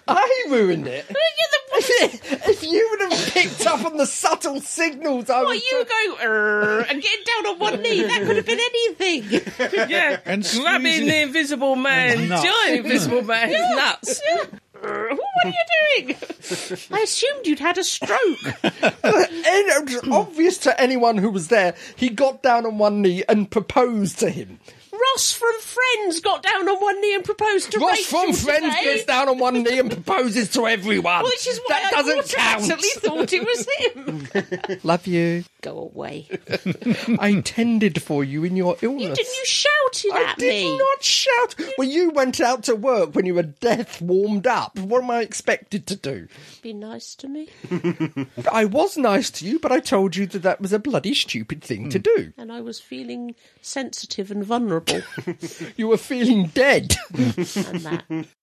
D: I ruined it.
B: if
D: you would have picked up on the subtle signals, I
B: What, you go "Err," and getting down on one knee? That could have been anything.
E: Yeah, grabbing
A: And squeezing-
E: the invisible man's
A: nuts.
E: giant invisible man's
B: Yeah,
E: nuts.
B: yeah. Err, What are you doing? I assumed you'd had a stroke.
D: And it was obvious to anyone who was there, he got down on one knee and proposed to him.
B: Ross from Friends got down on one knee and proposed to
D: Ross
B: Rachel
D: from Friends
B: today.
D: gets down on one knee and proposes to everyone.
B: Which is why
D: that
B: I
D: doesn't
B: automatically
D: count.
B: thought it was him.
D: Love you.
B: Go away.
D: I tended for you in your illness.
B: You didn't. You shouted
D: I
B: at
D: did
B: me.
D: not shout. Well, you went out to work when you were death warmed up. What am I expected to do?
B: Be nice to me,
D: I was nice to you, but I told you that that was a bloody stupid thing to do.
B: and I was feeling sensitive and vulnerable.
D: You were feeling dead.
B: and that.